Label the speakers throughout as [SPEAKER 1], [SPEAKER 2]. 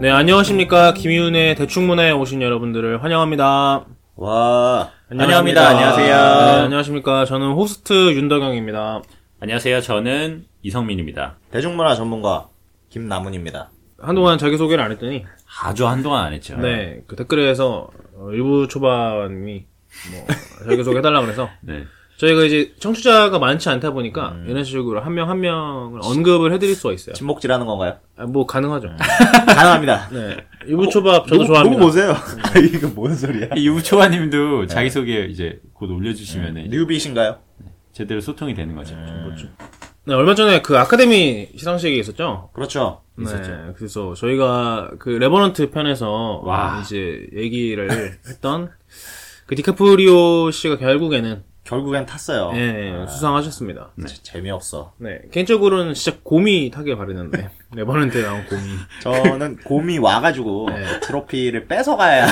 [SPEAKER 1] 네, 안녕하십니까. 김희훈의 대충문화에 오신 여러분들을 환영합니다.
[SPEAKER 2] 와.
[SPEAKER 1] 환영합니다.
[SPEAKER 2] 환영합니다. 안녕하세요.
[SPEAKER 1] 네, 안녕하십니까. 저는 호스트 윤덕영입니다.
[SPEAKER 3] 안녕하세요. 저는 이성민입니다.
[SPEAKER 2] 대중문화 전문가 김남훈입니다.
[SPEAKER 1] 네. 한동안 자기소개를 안 했더니,
[SPEAKER 3] 아주 한동안 안 했죠.
[SPEAKER 1] 네, 그 댓글에서 어, 일부 초반이 뭐, 자기소개 해달라고 그래서,
[SPEAKER 3] 네.
[SPEAKER 1] 저희가 이제 청취자가 많지 않다 보니까,
[SPEAKER 2] 음.
[SPEAKER 1] 이런 식으로 한 명 한 명을 언급을 해드릴 수가 있어요.
[SPEAKER 2] 침묵질하는 건가요?
[SPEAKER 1] 아, 뭐, 가능하죠.
[SPEAKER 2] 가능합니다.
[SPEAKER 1] 네. 일부 초밥 저도 좋아합니다. 네.
[SPEAKER 2] 보고 보세요. 이거 뭔 소리야?
[SPEAKER 3] 이 유부초아님도 자기소개 이제 곧 올려주시면
[SPEAKER 2] 네. 뉴비신가요?
[SPEAKER 3] 제대로 소통이 되는 거죠. 음.
[SPEAKER 1] 네, 얼마 전에 그 아카데미 시상식이 있었죠?
[SPEAKER 2] 그렇죠.
[SPEAKER 1] 네, 그래서 저희가 그 레버넌트 편에서
[SPEAKER 3] 와.
[SPEAKER 1] 이제 얘기를 했던 그 디카프리오 씨가 결국에는
[SPEAKER 2] 결국엔 탔어요.
[SPEAKER 1] 예, 예, 수상하셨습니다.
[SPEAKER 2] 제- 재미없어.
[SPEAKER 1] 네, 개인적으로는 진짜 곰이 타길 바랬는데 레버넌트에 나온 곰이
[SPEAKER 2] 저는 곰이 와가지고
[SPEAKER 1] 네.
[SPEAKER 2] 트로피를 뺏어가야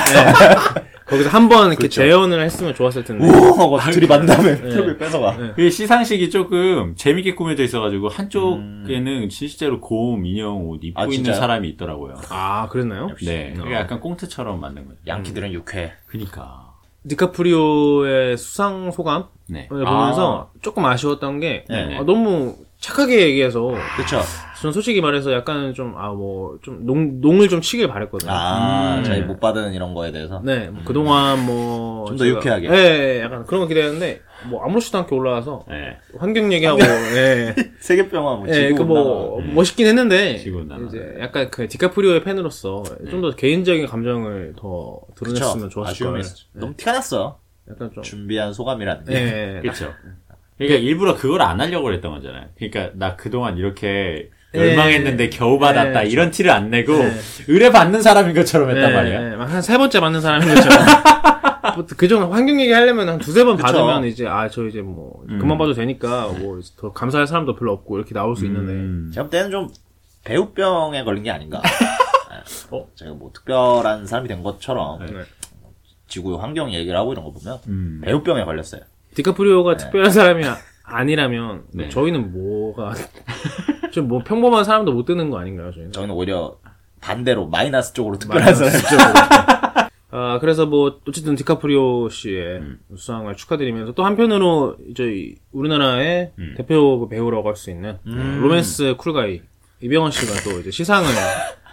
[SPEAKER 1] 거기서 한번 이렇게 재연을 했으면 좋았을 텐데
[SPEAKER 2] 우엉하고
[SPEAKER 1] 아,
[SPEAKER 2] 들이만 다음에
[SPEAKER 1] 네.
[SPEAKER 2] 트로피를 뺏어가.
[SPEAKER 3] 그 시상식이 조금 재밌게 꾸며져 있어가지고 한쪽에는 실제로 곰 인형 옷 입고
[SPEAKER 2] 아,
[SPEAKER 3] 있는
[SPEAKER 2] 진짜요?
[SPEAKER 3] 사람이 있더라고요.
[SPEAKER 1] 아 그랬나요? 어.
[SPEAKER 3] 네. 그게 약간 꽁트처럼 만든 거죠.
[SPEAKER 1] 음.
[SPEAKER 2] 양키들은 육회.
[SPEAKER 3] 그니까.
[SPEAKER 1] 디카프리오의 수상 소감을
[SPEAKER 3] 네.
[SPEAKER 1] 어, 보면서 조금 아쉬웠던 게
[SPEAKER 2] 네.
[SPEAKER 1] 아, 너무 착하게 얘기해서
[SPEAKER 2] 그렇죠.
[SPEAKER 1] 저는 솔직히 말해서 약간 좀 아 뭐 좀 농 농을 좀 치길 바랬거든요.
[SPEAKER 2] 아,
[SPEAKER 3] 음.
[SPEAKER 2] 저희 못 받은 이런 거에 대해서.
[SPEAKER 1] 네, 뭐 그동안 뭐.
[SPEAKER 2] 좀더
[SPEAKER 1] 제가-
[SPEAKER 2] 유쾌하게.
[SPEAKER 1] 예, 예, 예, 약간 그런 거 기대했는데, 뭐 아무렇지도 않게 올라와서,
[SPEAKER 3] 네.
[SPEAKER 1] 환경 얘기하고, 예.
[SPEAKER 2] 세계병화 뭐
[SPEAKER 1] 예,
[SPEAKER 2] 아, 네. 지구
[SPEAKER 1] 그 뭐, 멋있긴 했는데,
[SPEAKER 3] 지구 온난화.
[SPEAKER 1] 이제
[SPEAKER 2] 네.
[SPEAKER 1] 약간 그 디카프리오의 팬으로서, 좀 더 개인적인 감정을 더 드러냈으면
[SPEAKER 2] 그렇죠.
[SPEAKER 1] 좋았을
[SPEAKER 2] 아쉬움이
[SPEAKER 1] 거예요. 네.
[SPEAKER 2] 있었죠. 너무 티가 났어.
[SPEAKER 1] 약간 좀.
[SPEAKER 2] 준비한 소감이라는 게.
[SPEAKER 1] 예.
[SPEAKER 3] 그렇죠. 그러니까 일부러 그걸 안 하려고 그랬던 거잖아요. 그러니까 나 그동안 이렇게
[SPEAKER 1] 예.
[SPEAKER 3] 열망했는데 겨우 받았다
[SPEAKER 1] 예.
[SPEAKER 3] 이런 티를 안 내고 의뢰 받는 사람인 것처럼 했단 말이에요.
[SPEAKER 1] 네, 한세 번째 맞는 사람인 거죠. 뭐그 정도 환경 얘기 하려면 한 두세 번
[SPEAKER 2] 그쵸. 음.
[SPEAKER 1] 받으면 이제, 아, 저 이제 뭐, 그만 봐도 되니까, 뭐,
[SPEAKER 2] 네.
[SPEAKER 1] 더 감사할 사람도 별로 없고, 이렇게 나올 수 있는데.
[SPEAKER 3] 음.
[SPEAKER 2] 제가 볼 때는 좀 배우병에 걸린 게 아닌가. 네.
[SPEAKER 1] 어?
[SPEAKER 2] 제가 뭐 특별한 사람이 된 것처럼 뭐
[SPEAKER 1] 네.
[SPEAKER 2] 지구 환경 얘기를 하고 이런 거 보면
[SPEAKER 3] 음.
[SPEAKER 2] 배우병에 걸렸어요.
[SPEAKER 1] 디카프리오가 특별한 사람이 아- 아니라면
[SPEAKER 3] 네.
[SPEAKER 1] 저희는 뭐가 좀 뭐 평범한 사람도 못 드는 거 아닌가요 저희는?
[SPEAKER 2] 저희는 오히려 반대로 마이너스 쪽으로 특별한
[SPEAKER 1] 마이너스
[SPEAKER 2] 사람.
[SPEAKER 1] 아 그래서 뭐 어쨌든 디카프리오 씨의
[SPEAKER 3] 음.
[SPEAKER 1] 수상을 축하드리면서 또 한편으로 저희 우리나라의
[SPEAKER 3] 음.
[SPEAKER 1] 대표 그 배우라고 할 수 있는 네, 로맨스 쿨가이 이병헌 씨가 또 이제 시상을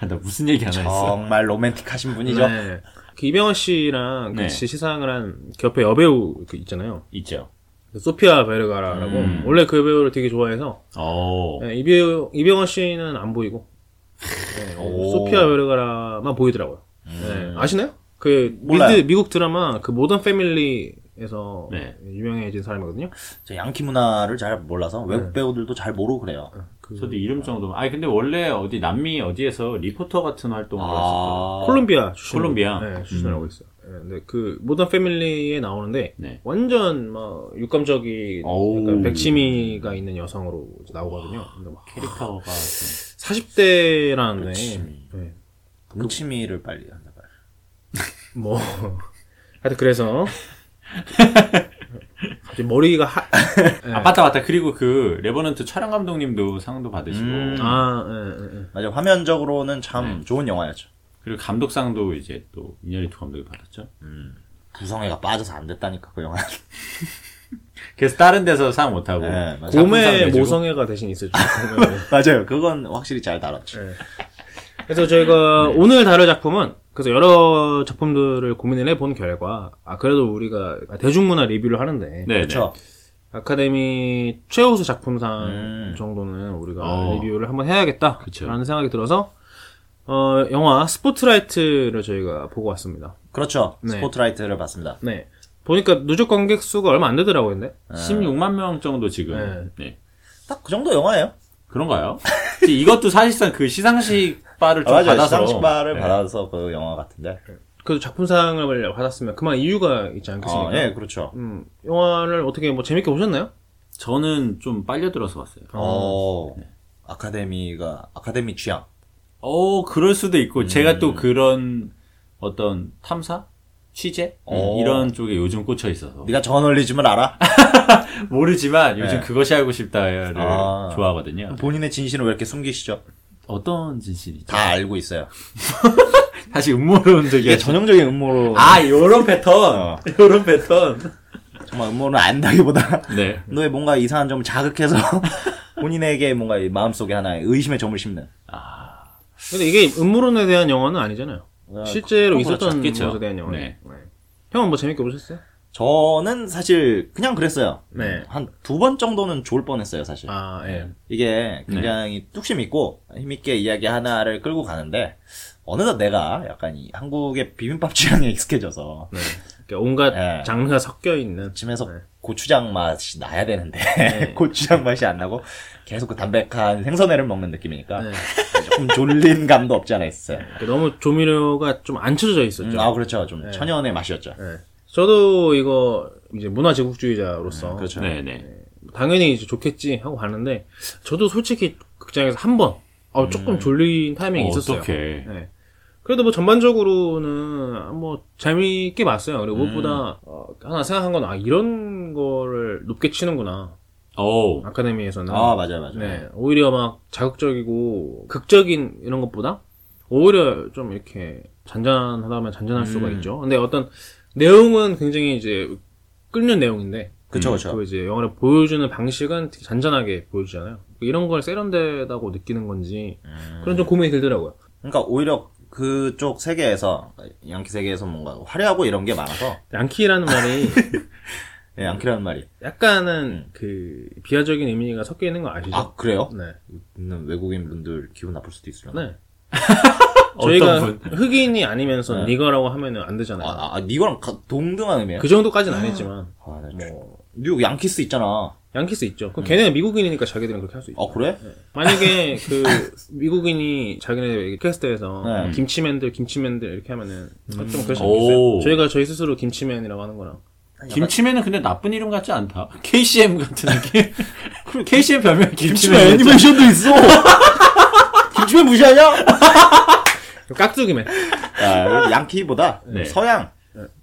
[SPEAKER 3] 아, 나 무슨 얘기 하나 했어.
[SPEAKER 2] 정말 로맨틱하신 분이죠.
[SPEAKER 1] 네. 그 이병헌 씨랑
[SPEAKER 3] 네.
[SPEAKER 1] 같이 시상을 한 옆에 여배우 그 있잖아요
[SPEAKER 3] 있죠.
[SPEAKER 1] 그 소피아 베르가라라고
[SPEAKER 3] 음.
[SPEAKER 1] 원래 그 배우를 되게 좋아해서
[SPEAKER 3] 오.
[SPEAKER 1] 네, 이병, 이병헌 씨는 안 보이고, 네,
[SPEAKER 2] 오.
[SPEAKER 1] 소피아 베르가라만 보이더라고요. 네,
[SPEAKER 3] 음.
[SPEAKER 1] 아시나요? 그,
[SPEAKER 2] 몰라요.
[SPEAKER 1] 미드- 미국 드라마, 그, 모던 패밀리에서
[SPEAKER 3] 네.
[SPEAKER 1] 유명해진 사람이거든요.
[SPEAKER 2] 저 양키 문화를 잘 몰라서
[SPEAKER 1] 네.
[SPEAKER 2] 외국 배우들도 잘 모르고 그래요.
[SPEAKER 1] 아,
[SPEAKER 3] 저도 이름 정도만. 아니 근데 원래 어디 남미 어디에서 리포터 같은 활동을
[SPEAKER 2] 아,
[SPEAKER 3] 했었거든요.
[SPEAKER 1] 콜롬비아 출신.
[SPEAKER 3] 콜롬비아. 음.
[SPEAKER 1] 네, 출신을 하고 있어요. 네, 근데 그, 모던 패밀리에 나오는데,
[SPEAKER 3] 네.
[SPEAKER 1] 완전 막, 육감적인,
[SPEAKER 3] 오우.
[SPEAKER 1] 약간 백치미가 있는 여성으로 이제 나오거든요. 근데 막,
[SPEAKER 3] 캐릭터가 좀-
[SPEAKER 1] 40대라는데, 네.
[SPEAKER 2] 동치미를 그 빨리 한다 봐요.
[SPEAKER 1] 뭐 하여튼 그래서 갑자기 머리가 하...
[SPEAKER 2] 네.
[SPEAKER 3] 아 맞다 맞다. 그리고 그 레버넌트 촬영 감독님도 상도 받으시고
[SPEAKER 2] 음.
[SPEAKER 1] 아, 예, 예, 예.
[SPEAKER 2] 맞아 화면적으로는
[SPEAKER 1] 네.
[SPEAKER 2] 참 좋은 영화였죠.
[SPEAKER 3] 그리고 감독상도 이제 또 인연이 두 감독이 받았죠.
[SPEAKER 2] 부성애가 빠져서 안 됐다니까 그 영화.
[SPEAKER 1] 그렇죠.
[SPEAKER 3] 그래서 다른 데서 상 못 하고
[SPEAKER 2] 네, 맞아요.
[SPEAKER 1] 곰의
[SPEAKER 3] 작품상
[SPEAKER 1] 모성애가 대신 있었죠. 곰의.
[SPEAKER 2] 맞아요. 그건 확실히 잘 다뤘죠.
[SPEAKER 1] 예. 그래서
[SPEAKER 3] 네.
[SPEAKER 1] 저희가 오늘 다룰 작품은 그래서 여러 작품들을 고민을 해본 결과 아 그래도 우리가 대중문화 리뷰를 하는데
[SPEAKER 3] 네, 네.
[SPEAKER 2] 그렇죠.
[SPEAKER 1] 아카데미 최우수 작품상
[SPEAKER 2] 음.
[SPEAKER 1] 정도는 우리가
[SPEAKER 3] 어.
[SPEAKER 1] 리뷰를 한번 해야겠다라는
[SPEAKER 3] 그쵸.
[SPEAKER 1] 생각이 들어서 어 영화 스포트라이트를 저희가 보고 왔습니다.
[SPEAKER 2] 그렇죠.
[SPEAKER 1] 네.
[SPEAKER 2] 스포트라이트를 봤습니다.
[SPEAKER 1] 네. 보니까 누적 관객 수가 얼마 안 되더라고요, 근데.
[SPEAKER 2] 네.
[SPEAKER 3] 16만 네. 명 정도 지금. 네.
[SPEAKER 2] 딱 그 정도 영화예요.
[SPEAKER 3] 그런가요? 근데 이것도 사실상 그 시상식 바를 좀
[SPEAKER 2] 아, 맞아요.
[SPEAKER 3] 받아서
[SPEAKER 2] 시상식바를
[SPEAKER 3] 네.
[SPEAKER 2] 받아서 그 영화 같은데.
[SPEAKER 1] 그래도 작품상을 받았으면 그만 이유가 있지 않겠습니까?
[SPEAKER 2] 어, 예, 그렇죠.
[SPEAKER 1] 음, 영화를 어떻게 뭐 재밌게 보셨나요?
[SPEAKER 3] 저는 좀 빨려 들어서 봤어요.
[SPEAKER 2] 어, 아카데미가 아카데미 취향.
[SPEAKER 3] 어, 그럴 수도 있고 제가 또 그런 어떤 탐사, 취재 음,
[SPEAKER 2] 어.
[SPEAKER 3] 이런 쪽에 요즘 꽂혀 있어서
[SPEAKER 2] 네가 저널리즘을 알아?
[SPEAKER 3] 모르지만 요즘
[SPEAKER 2] 네.
[SPEAKER 3] 그것이 알고 싶다를
[SPEAKER 2] 아.
[SPEAKER 3] 좋아하거든요.
[SPEAKER 2] 본인의 진실을 왜 이렇게 숨기시죠?
[SPEAKER 3] 어떤 진실이죠?
[SPEAKER 2] 다 알고 있어요.
[SPEAKER 3] 다시 음모론적이야.
[SPEAKER 2] 네. 이게 전형적인 음모로
[SPEAKER 3] 아, 요런 패턴.
[SPEAKER 2] 어.
[SPEAKER 3] 요런 패턴.
[SPEAKER 2] 정말 음모를 안다기보다
[SPEAKER 3] 네.
[SPEAKER 2] 너의 뭔가 이상한 점을 자극해서 본인에게 뭔가 이 마음속에 하나의 의심의 점을 심는.
[SPEAKER 1] 근데 이게 음모론에 대한 영화는 아니잖아요. 실제로
[SPEAKER 2] 그건
[SPEAKER 1] 있었던
[SPEAKER 3] 그렇겠죠.
[SPEAKER 1] 것에 대한 영화.
[SPEAKER 3] 네.
[SPEAKER 1] 네. 형은 뭐 재밌게 보셨어요?
[SPEAKER 2] 저는 사실 그냥 그랬어요.
[SPEAKER 1] 네.
[SPEAKER 2] 한 두 번 정도는 좋을 뻔했어요, 사실.
[SPEAKER 1] 아, 네. 예.
[SPEAKER 2] 이게 굉장히 뚝심 있고 힘있게 이야기 하나를 끌고 가는데 어느덧 내가 약간 이 한국의 비빔밥 취향에 익숙해져서
[SPEAKER 1] 네. 이렇게 온갖
[SPEAKER 2] 네.
[SPEAKER 1] 장르가 섞여 있는.
[SPEAKER 2] 집에서
[SPEAKER 1] 네.
[SPEAKER 2] 고추장 맛이 나야 되는데 고추장 맛이 안 나고 계속 그 담백한 생선회를 먹는 느낌이니까
[SPEAKER 1] 네.
[SPEAKER 2] 조금 졸린 감도 없지 않아 있어요.
[SPEAKER 1] 이렇게 너무 조미료가 좀 안 쳐져 있었죠.
[SPEAKER 2] 아 그렇죠 좀
[SPEAKER 1] 네.
[SPEAKER 2] 천연의 맛이었죠.
[SPEAKER 1] 네. 저도 이거 이제 문화 제국주의자로서
[SPEAKER 2] 그렇죠.
[SPEAKER 3] 네, 네.
[SPEAKER 1] 당연히 이제 좋겠지 하고 봤는데 저도 솔직히 극장에서 한 번, 아, 조금
[SPEAKER 2] 음.
[SPEAKER 1] 졸린 타이밍이 있었어요.
[SPEAKER 3] 어떻게.
[SPEAKER 1] 네. 그래도 뭐 전반적으로는 뭐 재미있게 봤어요.
[SPEAKER 2] 음.
[SPEAKER 1] 그리고 무엇보다 어, 하나 생각한 건 아 이런 거를 높게 치는구나
[SPEAKER 3] 오.
[SPEAKER 1] 아카데미에서는.
[SPEAKER 2] 아 맞아요 맞아요.
[SPEAKER 1] 네. 오히려 막 자극적이고 극적인 이런 것보다 오히려 좀 이렇게 잔잔하다면 잔잔할 수가
[SPEAKER 2] 음.
[SPEAKER 1] 있죠. 근데 어떤 내용은 굉장히 이제 끓는 내용인데
[SPEAKER 2] 그렇죠 그렇죠.
[SPEAKER 1] 그 이제 영화를 보여주는 방식은 되게 잔잔하게 보여주잖아요. 그러니까 이런 걸 세련되다고 느끼는 건지
[SPEAKER 2] 음.
[SPEAKER 1] 그런 좀 고민이 들더라고요.
[SPEAKER 2] 그러니까 오히려 그쪽 세계에서 양키 세계에서 뭔가 화려하고 이런 게 많아서
[SPEAKER 1] 양키라는 말이
[SPEAKER 2] 예, 양키라는 말이
[SPEAKER 1] 약간은 그 비하적인 의미가 섞여 있는 거 아시죠?
[SPEAKER 2] 아 그래요?
[SPEAKER 1] 네.
[SPEAKER 2] 있는 외국인 분들 기분 나쁠 수도 있으려.
[SPEAKER 1] 네. 저희가
[SPEAKER 3] 어떤 분.
[SPEAKER 1] 흑인이 아니면서
[SPEAKER 2] 네.
[SPEAKER 1] 니거라고 하면은 안 되잖아요.
[SPEAKER 2] 아, 아 니거랑 가- 동등한 의미예요.
[SPEAKER 1] 그 정도까지는 아니지만
[SPEAKER 2] 아, 나 좀-
[SPEAKER 1] 뭐
[SPEAKER 2] 뉴욕 양키스 있잖아.
[SPEAKER 1] 양키스 있죠. 그럼 걔네는 미국인이니까 자기들은 그렇게 할 수 있죠.
[SPEAKER 2] 아 그래?
[SPEAKER 1] 만약에 그 미국인이 자기네 캐스트에서
[SPEAKER 2] 네.
[SPEAKER 1] 김치맨들 김치맨들 이렇게 하면은 좀 그렇지
[SPEAKER 3] 오.
[SPEAKER 1] 않겠어요? 저희가 저희 스스로 김치맨이라고 하는 거랑
[SPEAKER 2] 아,
[SPEAKER 3] 김치맨은 근데 나쁜 이름 같지 않다. KCM 같은 느낌. KCM 별명
[SPEAKER 2] 김치맨
[SPEAKER 3] 김치맨.
[SPEAKER 2] 애니메이션도 있어. 김치맨 무시하냐?
[SPEAKER 1] 깍두기맨
[SPEAKER 2] 아, 양키보다
[SPEAKER 3] 네.
[SPEAKER 2] 서양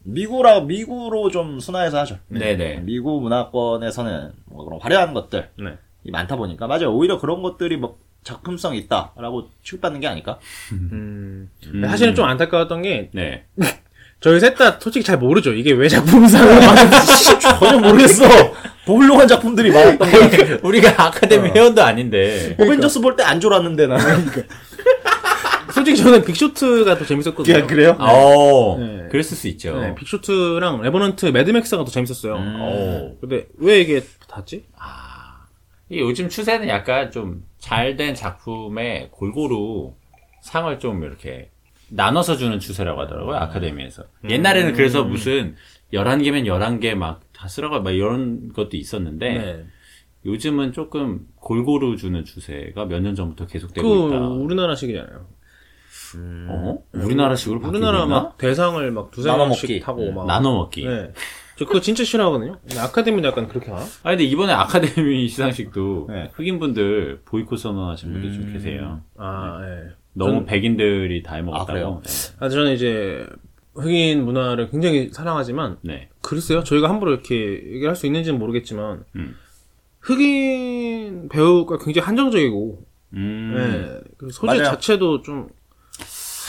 [SPEAKER 2] 미구라 미구로 좀 순화해서 하죠.
[SPEAKER 3] 네네.
[SPEAKER 2] 미국 문화권에서는 뭐 그런 화려한 것들이
[SPEAKER 1] 네.
[SPEAKER 2] 많다 보니까 맞아요. 오히려 그런 것들이 뭐 작품성 있다라고 취급받는 게 아닐까?
[SPEAKER 1] 음. 사실은 좀 안타까웠던 게
[SPEAKER 3] 네.
[SPEAKER 1] 저희 셋 다 솔직히 잘 모르죠. 이게 왜 작품상을 받았는지 전혀 모르겠어.
[SPEAKER 2] 보훌륭한 작품들이 많았던 거.
[SPEAKER 3] 우리가 아카데미 회원도 아닌데.
[SPEAKER 2] 어벤져스 볼 때 안 졸았는데 나는.
[SPEAKER 1] 솔직히 저는 빅쇼트가 더 재밌었거든요.
[SPEAKER 2] 야, 그래요?
[SPEAKER 3] 어.
[SPEAKER 1] 네.
[SPEAKER 3] 그랬을 수 있죠.
[SPEAKER 1] 네, 빅쇼트랑 레버넌트 매드맥스가 더 재밌었어요.
[SPEAKER 3] 음. 오.
[SPEAKER 1] 근데 왜 이게 닿지?
[SPEAKER 3] 이 요즘 추세는 약간 좀 잘 된 작품에 골고루 상을 좀 이렇게 나눠서 주는 추세라고
[SPEAKER 1] 음.
[SPEAKER 3] 하더라고요, 아카데미에서. 옛날에는 그래서 무슨 11개면 11개 막 다 쓰라고 막 이런 것도 있었는데
[SPEAKER 1] 네.
[SPEAKER 3] 요즘은 조금 골고루 주는 추세가 몇 년 전부터
[SPEAKER 1] 그
[SPEAKER 3] 계속되고 있다.
[SPEAKER 1] 우리나라식이잖아요.
[SPEAKER 3] 어? 우리나라식으로 바뀌고
[SPEAKER 1] 우리나라
[SPEAKER 3] 있나?
[SPEAKER 1] 막 대상을 막 두세
[SPEAKER 2] 나눠
[SPEAKER 1] 명씩
[SPEAKER 2] 먹기.
[SPEAKER 1] 타고 막
[SPEAKER 3] 나눠 먹기.
[SPEAKER 1] 네. 저 그거 진짜 싫어하거든요. 근데 아카데미도 약간 그렇게 하나?
[SPEAKER 3] 아 근데 이번에 아카데미 시상식도
[SPEAKER 2] 네.
[SPEAKER 3] 흑인분들 보이콧 선언하신
[SPEAKER 1] 음.
[SPEAKER 3] 분들 좀 계세요.
[SPEAKER 1] 아, 예.
[SPEAKER 3] 너무
[SPEAKER 1] 전-
[SPEAKER 3] 백인들이 다 해먹었다고.
[SPEAKER 2] 그래요?
[SPEAKER 1] 아, 저는 이제 흑인 문화를 굉장히 사랑하지만
[SPEAKER 3] 네. 네.
[SPEAKER 1] 글쎄요. 저희가 함부로 이렇게 얘기할 수 있는지는 모르겠지만
[SPEAKER 3] 음.
[SPEAKER 1] 흑인 배우가 굉장히 한정적이고
[SPEAKER 3] 음.
[SPEAKER 1] 예. 그리고 소재
[SPEAKER 2] 맞아요.
[SPEAKER 1] 자체도 좀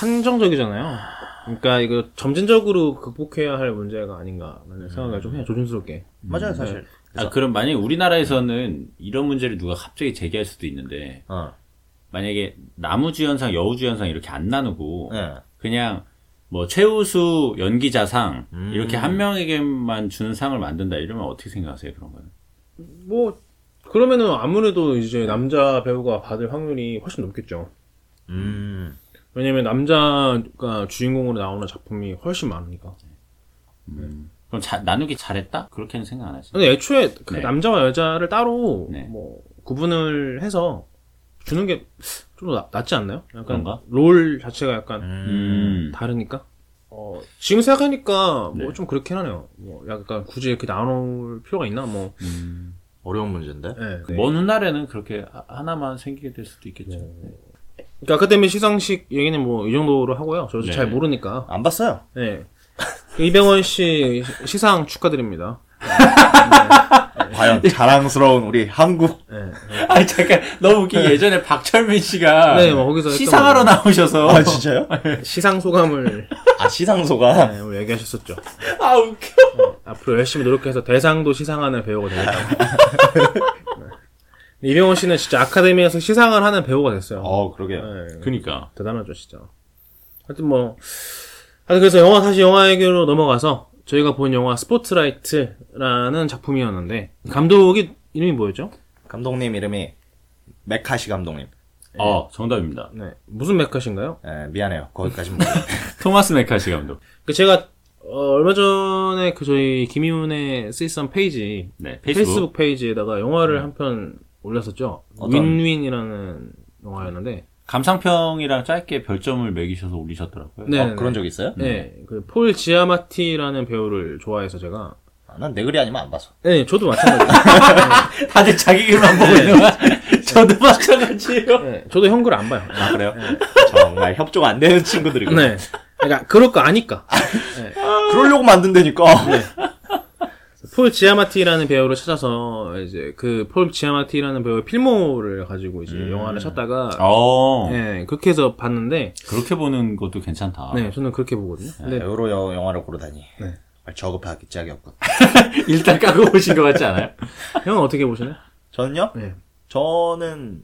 [SPEAKER 1] 한정적이잖아요. 그러니까 이거 점진적으로 극복해야 할 문제가 아닌가라는 생각을 좀 해요. 조심스럽게.
[SPEAKER 2] 음.
[SPEAKER 1] 네.
[SPEAKER 2] 맞아요, 사실.
[SPEAKER 3] 아, 그럼 만약에 우리나라에서는 이런 문제를 누가 갑자기 제기할 수도 있는데,
[SPEAKER 2] 어.
[SPEAKER 3] 만약에 남우주연상, 여우주연상 이렇게 안 나누고,
[SPEAKER 2] 예.
[SPEAKER 3] 그냥 뭐 최우수 연기자상,
[SPEAKER 2] 음.
[SPEAKER 3] 이렇게 한 명에게만 주는 상을 만든다 이러면 어떻게 생각하세요, 그런 거는?
[SPEAKER 1] 뭐 그러면은 아무래도 이제 남자 배우가 받을 확률이 훨씬 높겠죠.
[SPEAKER 2] 음.
[SPEAKER 1] 왜냐면 남자가 주인공으로 나오는 작품이 훨씬 많으니까.
[SPEAKER 3] 음. 그럼 자- 나누기 잘했다? 그렇게는 생각 안 하시죠?
[SPEAKER 1] 근데 애초에 그
[SPEAKER 3] 네.
[SPEAKER 1] 남자와 여자를 따로
[SPEAKER 3] 네.
[SPEAKER 1] 뭐 구분을 해서 주는 게 좀 낫지 않나요? 약간
[SPEAKER 3] 그런가?
[SPEAKER 1] 롤 자체가 약간
[SPEAKER 3] 음.
[SPEAKER 1] 다르니까. 어, 지금 생각하니까 뭐
[SPEAKER 3] 네.
[SPEAKER 1] 좀 그렇긴 하네요. 뭐 약간 굳이 이렇게 나눌 필요가 있나 뭐.
[SPEAKER 3] 음.
[SPEAKER 2] 어려운 문제인데.
[SPEAKER 1] 예.
[SPEAKER 3] 먼 훗날에는 그렇게 하- 하나만 생기게 될 수도 있겠죠.
[SPEAKER 1] 그러니까 아카데미 시상식 얘기는 뭐 이 정도로 하고요. 저도
[SPEAKER 3] 네.
[SPEAKER 1] 잘 모르니까.
[SPEAKER 2] 안 봤어요.
[SPEAKER 1] 네. 이병헌 씨 시상 축하드립니다. 네.
[SPEAKER 2] 과연 자랑스러운 우리 한국
[SPEAKER 1] 네.
[SPEAKER 3] 아 잠깐 너무 웃긴 게 예전에 박철민 씨가
[SPEAKER 1] 네, 뭐 거기서 했던
[SPEAKER 3] 아, 시상하러 나오셔서
[SPEAKER 2] 아 진짜요?
[SPEAKER 1] 시상 소감을
[SPEAKER 2] 아 시상소가
[SPEAKER 1] 네, 우리 얘기하셨었죠.
[SPEAKER 3] 아 웃겨
[SPEAKER 1] 앞으로 열심히 노력해서 대상도 시상하는 배우가 되겠다고. 네. 이병헌 씨는 진짜 아카데미에서 시상을 하는 배우가 됐어요.
[SPEAKER 2] 어 그러게요.
[SPEAKER 1] 네.
[SPEAKER 3] 그니까
[SPEAKER 1] 대단하죠, 진짜. 하여튼 뭐, 하여튼 그래서 영화, 다시 영화 얘기로 넘어가서, 저희가 본 영화 스포트라이트라는 작품이었는데, 감독이 이름이 뭐였죠?
[SPEAKER 2] 감독님 이름이 메카시 감독님.
[SPEAKER 3] 어 정답입니다
[SPEAKER 1] 네. 무슨 메카신가요?
[SPEAKER 2] 예, 미안해요. 거기까지만. 모르겠어요.
[SPEAKER 3] 토마스 메카시 감독
[SPEAKER 1] 그 제가, 어, 얼마 전에 그 저희 김희훈의 쓰이썸 페이지,
[SPEAKER 3] 네
[SPEAKER 1] 페이스북,
[SPEAKER 3] 페이스북,
[SPEAKER 1] 페이지에다가 영화를 한 편 올렸었죠.
[SPEAKER 2] 네. 어떤?
[SPEAKER 1] 윈윈이라는 영화였는데,
[SPEAKER 3] 감상평이랑 짧게 별점을 매기셔서 올리셨더라고요
[SPEAKER 1] 네.
[SPEAKER 2] 어, 그런 적 있어요?
[SPEAKER 1] 네, 그 폴 지아마티라는 배우를 좋아해서 제가,
[SPEAKER 2] 아, 난내 글이 아니면 안 봤어.
[SPEAKER 1] 네, 저도 마찬가지예요.
[SPEAKER 3] 다들 자기 길만 보고 있는 거야 저도 마찬가지예요
[SPEAKER 1] 네, 저도 형글 안 봐요.
[SPEAKER 2] 네. 아 그래요? 정말 협조가 안 되는 친구들이.
[SPEAKER 1] 네.
[SPEAKER 2] 네.
[SPEAKER 1] 그러니까 그럴 거 아니까.
[SPEAKER 2] 그러려고 만든다니까.
[SPEAKER 1] 폴 지아마티라는 배우를 찾아서 이제 그 폴 지아마티라는 배우의 필모를 가지고 이제
[SPEAKER 2] 음.
[SPEAKER 1] 영화를 찾다가
[SPEAKER 2] 아.
[SPEAKER 3] 어
[SPEAKER 1] 네, 그렇게 해서 봤는데
[SPEAKER 3] 그렇게 보는 것도 괜찮다
[SPEAKER 2] 아.
[SPEAKER 1] 네, 저는 그렇게 보거든요. 네, 근데
[SPEAKER 2] 에우로 여- 영화를 고르다니. 정말 저급하기 짝이 없군.
[SPEAKER 3] 일단 까고 보신 것 같지 않아요?
[SPEAKER 1] 형은 어떻게 보시나요?
[SPEAKER 2] 저는요?
[SPEAKER 1] 네.
[SPEAKER 2] 저는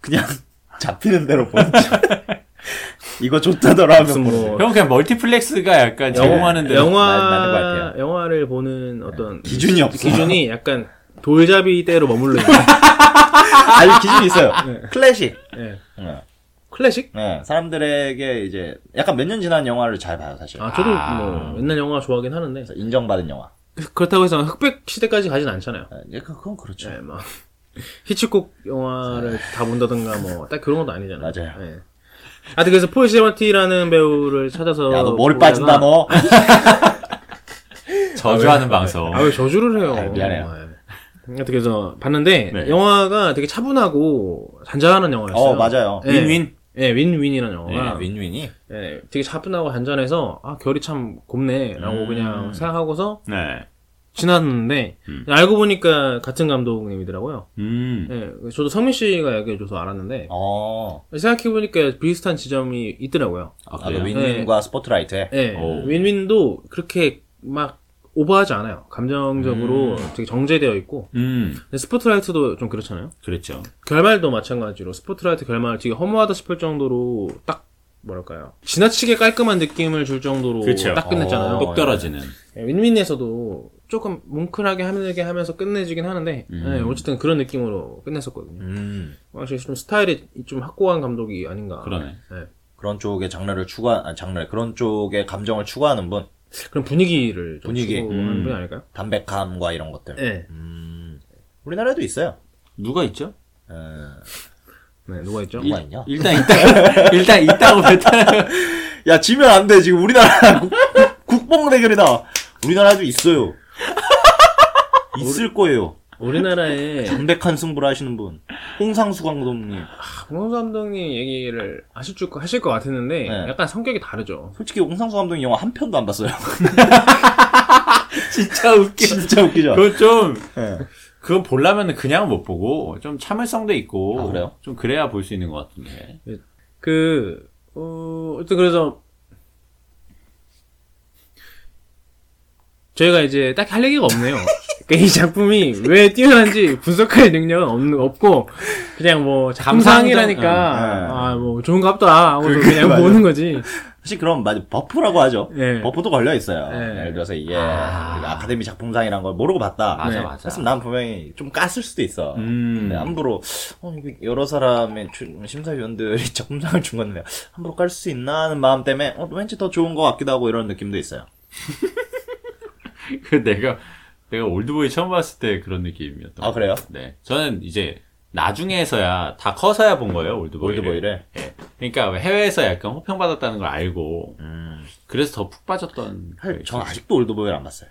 [SPEAKER 2] 그냥 잡히는 대로 보는 척. 이거 좋다더라 하면
[SPEAKER 1] 무슨
[SPEAKER 2] 보는
[SPEAKER 1] 뭐
[SPEAKER 3] 형 그냥 멀티플렉스가 약간 제공하는
[SPEAKER 2] 나-
[SPEAKER 3] 데로
[SPEAKER 2] 나는 것
[SPEAKER 1] 영화
[SPEAKER 2] 같아요. 네.
[SPEAKER 1] 영화를 보는 어떤
[SPEAKER 2] 기준이 없어.
[SPEAKER 1] 기준이 약간 돌잡이대로 머물러 있는.
[SPEAKER 2] 아니 기준이 있어요. 클래식.
[SPEAKER 1] 네.
[SPEAKER 2] 네.
[SPEAKER 1] 클래식?
[SPEAKER 2] 네, 사람들에게 이제 약간 몇 년 지난 영화를 잘 봐요 사실.
[SPEAKER 1] 아, 저도
[SPEAKER 3] 아.
[SPEAKER 1] 뭐 옛날 영화 좋아하긴 하는데
[SPEAKER 2] 그래서 인정받은 영화.
[SPEAKER 1] 그렇다고 해서 흑백 시대까지 가진 않잖아요.
[SPEAKER 2] 네, 예, 그- 그건 그렇죠.
[SPEAKER 1] 네, 막 히치콕 영화를 다 본다든가 뭐 딱 그런 것도 아니잖아요.
[SPEAKER 2] 네. 맞아요.
[SPEAKER 1] 네. 하여튼 그래서 폴 시마티라는 배우를 찾아서
[SPEAKER 2] 야 너 머리 빠진다 너.
[SPEAKER 3] 저주하는 방송
[SPEAKER 1] 아왜 저주를 해요?
[SPEAKER 2] 아, 미안해요.
[SPEAKER 1] 네. 하여튼 그래서 봤는데
[SPEAKER 3] 네.
[SPEAKER 1] 영화가 되게 차분하고 잔잔한 영화였어요.
[SPEAKER 2] 어 맞아요. 네,
[SPEAKER 1] 네.
[SPEAKER 3] 윈윈 네,
[SPEAKER 1] 예, 윈윈이라는 영화가
[SPEAKER 2] 윈윈이.
[SPEAKER 1] 예, 되게 차분하고 잔잔해서 아 결이 참 곱네라고
[SPEAKER 2] 음.
[SPEAKER 1] 그냥 생각하고서
[SPEAKER 3] 네
[SPEAKER 1] 지났는데
[SPEAKER 3] 음.
[SPEAKER 1] 알고 보니까 같은 감독님이더라고요.
[SPEAKER 3] 음.
[SPEAKER 1] 예, 저도 성민 씨가 얘기해줘서 알았는데
[SPEAKER 2] 어.
[SPEAKER 1] 생각해보니까 비슷한 지점이 있더라고요.
[SPEAKER 3] 아,
[SPEAKER 2] 아, 그
[SPEAKER 3] 그래요? 네.
[SPEAKER 2] 윈윈과 스포트라이트에.
[SPEAKER 1] 예.
[SPEAKER 3] 오.
[SPEAKER 1] 윈윈도 그렇게 막 오버하지 않아요. 감정적으로 되게 정제되어 있고.
[SPEAKER 3] 음,
[SPEAKER 1] 근데 스포트라이트도 좀 그렇잖아요.
[SPEAKER 3] 그랬죠.
[SPEAKER 1] 결말도 마찬가지로 스포트라이트 결말 되게 허무하다 싶을 정도로 딱 뭐랄까요. 지나치게 깔끔한 느낌을 줄 정도로
[SPEAKER 3] 그쵸.
[SPEAKER 1] 딱 끝냈잖아요.
[SPEAKER 2] 어.
[SPEAKER 3] 똑 떨어지는.
[SPEAKER 1] 예, 윈윈에서도 조금 뭉클하게 하늘게 하면서 끝내주긴 하는데
[SPEAKER 3] 음.
[SPEAKER 1] 예, 어쨌든 그런 느낌으로 끝냈었거든요.
[SPEAKER 2] 음.
[SPEAKER 1] 확실히 좀 스타일이 좀 확고한 감독이 아닌가.
[SPEAKER 3] 그러네.
[SPEAKER 1] 예.
[SPEAKER 2] 그런 쪽의 장르를 추구한 아, 장르 그런 쪽의 감정을 추구하는 분
[SPEAKER 1] 그런 분위기를 좀
[SPEAKER 2] 분위기.
[SPEAKER 1] 추구하는
[SPEAKER 3] 음.
[SPEAKER 1] 분이 아닐까요?
[SPEAKER 2] 담백함과 이런 것들.
[SPEAKER 3] 네.
[SPEAKER 1] 예.
[SPEAKER 2] 음. 우리나라에도 있어요. 어.
[SPEAKER 3] 누가 있죠?
[SPEAKER 2] 에,
[SPEAKER 1] 네, 누가 있죠?
[SPEAKER 2] 누가 있냐?
[SPEAKER 3] 일단 있다. 일단 있다고 뱉어요.
[SPEAKER 2] 야 지면 안 돼 지금 우리나라 국- 국뽕 대결이다. 우리나라에도 있어요. 있을 거예요.
[SPEAKER 1] 우리나라에
[SPEAKER 2] 담백한 승부를 하시는 분 홍상수 감독님.
[SPEAKER 1] 박명수 감독님 얘기를 하실 줄 하실 것 같았는데
[SPEAKER 2] 네.
[SPEAKER 1] 약간 성격이 다르죠.
[SPEAKER 2] 솔직히 홍상수 감독님 영화 한 편도 안 봤어요.
[SPEAKER 3] 진짜 웃겨.
[SPEAKER 2] 진짜 웃기죠.
[SPEAKER 3] 그건 좀,
[SPEAKER 2] 예.
[SPEAKER 3] 그건 보려면 그냥 못 보고, 좀 참을성도 있고,
[SPEAKER 2] 아, 그래요?
[SPEAKER 3] 좀 그래야 볼 수 있는 것 같은데.
[SPEAKER 1] 그 어, 어쨌든 그래서 저희가 이제 딱히 할 얘기가 없네요. 그러니까 이 작품이 왜 뛰어난지 분석할 능력은 없는 없고 그냥 뭐
[SPEAKER 3] 감상이라니까.
[SPEAKER 1] 감상이라니까 아 뭐 좋은 값다 하고 그냥
[SPEAKER 2] 맞아.
[SPEAKER 1] 보는 거지.
[SPEAKER 2] 사실 그럼 맞아 버프라고 하죠.
[SPEAKER 1] 예.
[SPEAKER 2] 버프도 걸려 있어요.
[SPEAKER 1] 예.
[SPEAKER 2] 예를 들어서 이게
[SPEAKER 3] 아.
[SPEAKER 2] 우리가 아카데미 작품상이란 걸 모르고 봤다.
[SPEAKER 3] 맞아,
[SPEAKER 1] 네.
[SPEAKER 3] 맞아.
[SPEAKER 2] 그래서 난 분명히 좀 깠을 수도 있어.
[SPEAKER 3] 음.
[SPEAKER 2] 근데 함부로 어, 이거 여러 사람의 주- 심사위원들이 작품상을 준 건데 함부로 깔 수 있나 하는 마음 때문에 어, 왠지 더 좋은 것 같기도 하고 이런 느낌도 있어요.
[SPEAKER 3] 그 내가, 내가 올드보이 처음 봤을 때 그런 느낌이었던
[SPEAKER 2] 아, 그래요?
[SPEAKER 3] 것 같아요. 네. 저는 이제, 나중에서야, 다 커서야 본 거예요, 올드보이를.
[SPEAKER 2] 올드보이를.
[SPEAKER 3] 예. 그러니까 해외에서 약간 호평받았다는 걸 알고,
[SPEAKER 2] 음.
[SPEAKER 3] 그래서 더 푹 빠졌던.
[SPEAKER 2] 사실
[SPEAKER 3] 그
[SPEAKER 2] 전 아직도 올드보이를 안 봤어요.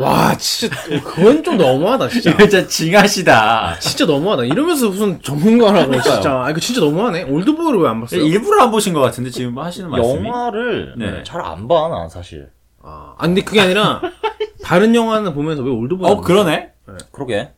[SPEAKER 1] 와 진짜 그건 좀 너무하다 진짜.
[SPEAKER 3] 진짜 징하시다.
[SPEAKER 1] 진짜 너무하다. 이러면서 무슨 전문가라고 진짜. 아 이거 진짜 너무하네. 올드보이를 왜 안 봤어요?
[SPEAKER 3] 일부러 안 보신 것 같은데 지금 하시는 말씀이
[SPEAKER 2] 영화를
[SPEAKER 3] 네.
[SPEAKER 2] 잘 안 봐, 난 사실.
[SPEAKER 1] 아, 아니, 근데 그게 아니라 다른 영화는 보면서 왜 올드보이?
[SPEAKER 3] 어, 그러네?
[SPEAKER 2] 그러게.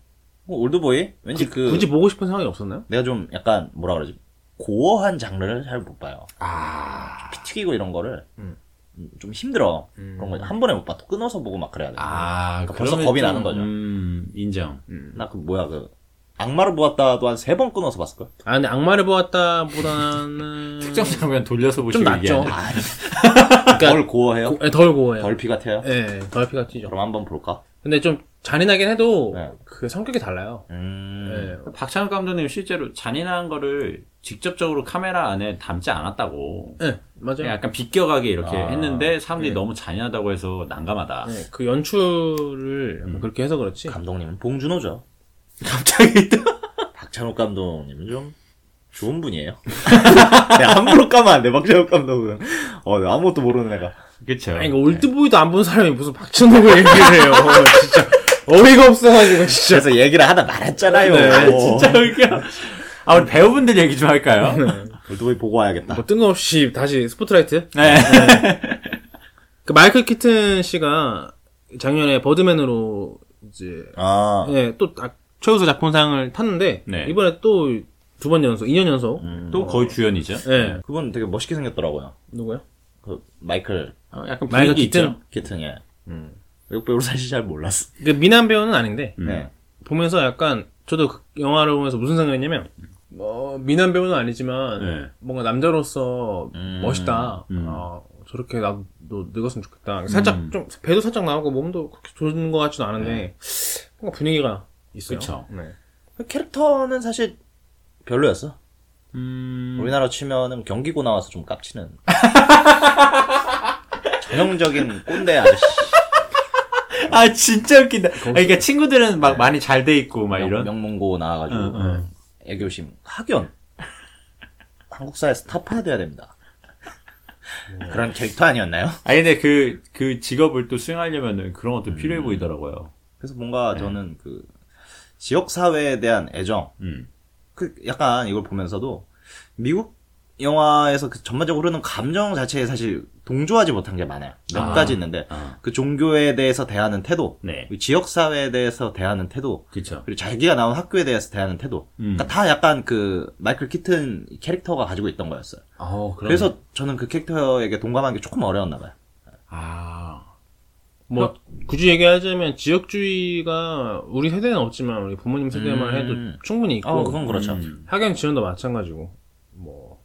[SPEAKER 2] 뭐 올드보이? 왠지 그,
[SPEAKER 1] 굳이 보고 싶은 생각이 없었나요?
[SPEAKER 2] 내가 좀 약간 뭐라 그러지? 고어한 장르를 잘 못 봐요.
[SPEAKER 3] 아,
[SPEAKER 2] 피 튀기고 이런 거를
[SPEAKER 1] 음.
[SPEAKER 2] 음, 좀 힘들어.
[SPEAKER 1] 음.
[SPEAKER 2] 그런 거 한 번에 못 봐. 또 끊어서 보고 막 그래야 돼.
[SPEAKER 3] 아,
[SPEAKER 2] 그러니까 벌써
[SPEAKER 3] 그러면
[SPEAKER 2] 겁이
[SPEAKER 3] 좀,
[SPEAKER 2] 나는 거죠.
[SPEAKER 3] 음, 인정.
[SPEAKER 2] 나 그 뭐야 그 악마를 보았다도 한 세 번 끊어서 봤을 걸.
[SPEAKER 1] 아 근데 악마를 보았다보다는
[SPEAKER 3] 특정 장면 돌려서 보시고
[SPEAKER 1] 좀 낫죠.
[SPEAKER 3] 얘기하는.
[SPEAKER 2] 덜 고어해요.
[SPEAKER 1] 고- 예, 덜 고해요.
[SPEAKER 2] 덜 피가 튀어요.
[SPEAKER 1] 예, 덜 피가 튀죠.
[SPEAKER 2] 그럼 한번 볼까?
[SPEAKER 1] 근데 좀 잔인하긴 해도
[SPEAKER 2] 네.
[SPEAKER 1] 그 성격이 달라요.
[SPEAKER 2] 음.
[SPEAKER 1] 예.
[SPEAKER 3] 박찬욱 감독님 실제로 잔인한 거를 직접적으로 카메라 안에 담지 않았다고.
[SPEAKER 1] 예, 맞아요.
[SPEAKER 3] 약간 비껴가게 이렇게
[SPEAKER 2] 그렇죠. 아, 네.
[SPEAKER 3] 했는데 사람들이
[SPEAKER 1] 네.
[SPEAKER 3] 너무 잔인하다고 해서 난감하다.
[SPEAKER 1] 예, 그 연출을
[SPEAKER 3] 음.
[SPEAKER 1] 약간 그렇게 해서 그렇지.
[SPEAKER 2] 감독님은 봉준호죠.
[SPEAKER 3] 갑자기 또
[SPEAKER 2] 박찬욱 감독님은 좀 좋은 분이에요. 내가 함부로 까면 안 돼. 박찬욱 감독은 어 내가 아무것도 모르는 애가.
[SPEAKER 3] 그쵸.
[SPEAKER 1] 아니, 그러니까 올드보이도 안 본 사람이 무슨 박준호를 얘기를 해요. 진짜 어이가 없어가지고 진짜.
[SPEAKER 2] 그래서 얘기를 하다 말았잖아요.
[SPEAKER 1] 네,
[SPEAKER 2] 어.
[SPEAKER 3] 진짜 여기가 아 우리 배우분들 얘기 좀 할까요?
[SPEAKER 2] 네. 올드보이 보고 와야겠다.
[SPEAKER 1] 뭐 뜬금없이 다시 스포트라이트.
[SPEAKER 3] 네.
[SPEAKER 1] 그 마이클 키튼 씨가 작년에 버드맨으로 이제
[SPEAKER 2] 아
[SPEAKER 1] 예, 또 아- 최우수 작품상을 탔는데
[SPEAKER 3] 네. 음.
[SPEAKER 1] 이번에 또 두 번 연속, 2년 연속.
[SPEAKER 3] 또 거의 주연이죠.
[SPEAKER 1] 예,
[SPEAKER 2] 그분 되게 멋있게 생겼더라고요.
[SPEAKER 1] 누구요?
[SPEAKER 2] 그 마이클
[SPEAKER 3] 어, 약간
[SPEAKER 1] 마이클
[SPEAKER 3] 분위기
[SPEAKER 1] 키튼?
[SPEAKER 3] 있죠.
[SPEAKER 2] 키튼의 외국 배우로 사실 잘 몰랐어.
[SPEAKER 1] 그 미남 배우는 아닌데
[SPEAKER 3] 음.
[SPEAKER 2] 네.
[SPEAKER 1] 보면서 약간 저도 그 영화를 보면서 무슨 생각했냐면 뭐 미남 배우는 아니지만
[SPEAKER 3] 음. 네.
[SPEAKER 1] 뭔가 남자로서
[SPEAKER 2] 음.
[SPEAKER 1] 멋있다.
[SPEAKER 3] 음.
[SPEAKER 1] 아, 저렇게 나도 늙었으면 좋겠다. 살짝
[SPEAKER 3] 음.
[SPEAKER 1] 좀 배도 살짝 나오고 몸도 그렇게 좋은 것 같지도 않은데 뭔가 분위기가 있어요.
[SPEAKER 3] 네. 그쵸.
[SPEAKER 1] 네.
[SPEAKER 2] 그 캐릭터는 사실 별로였어.
[SPEAKER 3] 음.
[SPEAKER 2] 우리나라 치면은 경기고 나와서 좀 깝치는. 전형적인 꼰대 아저씨.
[SPEAKER 3] 아 진짜 웃긴다. 아, 그러니까 친구들은 막 많이 잘 돼 있고 막
[SPEAKER 2] 명,
[SPEAKER 3] 아, 이런.
[SPEAKER 2] 명문고 나와가지고
[SPEAKER 3] 응, 응.
[SPEAKER 2] 애교심. 학연. 한국사회에서 탑화돼야 됩니다.
[SPEAKER 3] 음.
[SPEAKER 2] 그런 캐릭터 아니었나요?
[SPEAKER 3] 아 근데 그 그 직업을 또 수행하려면은 그런 것도
[SPEAKER 2] 음.
[SPEAKER 3] 필요해 보이더라고요.
[SPEAKER 2] 그래서
[SPEAKER 3] 네.
[SPEAKER 2] 뭔가 저는 그 지역 사회에 대한 애정,
[SPEAKER 3] 음.
[SPEAKER 2] 그 약간 이걸 보면서도 미국 영화에서 그 전반적으로 흐르는 감정 자체에 사실 동조하지 못한 게 많아요. 몇
[SPEAKER 3] 아.
[SPEAKER 2] 가지 있는데
[SPEAKER 3] 아.
[SPEAKER 2] 그 종교에 대해서 대하는 태도,
[SPEAKER 3] 네.
[SPEAKER 2] 지역 사회에 대해서 대하는 태도,
[SPEAKER 3] 그쵸.
[SPEAKER 2] 그리고 자기가 나온 학교에 대해서 대하는 태도.
[SPEAKER 3] 음.
[SPEAKER 2] 그러니까 다 약간 그 마이클 키튼 캐릭터가 가지고 있던 거였어요.
[SPEAKER 3] 어, 그럼.
[SPEAKER 2] 그래서 저는 그 캐릭터에게 동감하는 게 조금 어려웠나 봐요.
[SPEAKER 3] 아.
[SPEAKER 1] 뭐 굳이 얘기하자면 지역주의가 우리 세대는 없지만 우리 부모님 세대만
[SPEAKER 2] 음.
[SPEAKER 1] 해도 충분히 있고
[SPEAKER 2] 어, 그건 그렇죠.
[SPEAKER 3] 음.
[SPEAKER 1] 학연 지원도 마찬가지고 뭐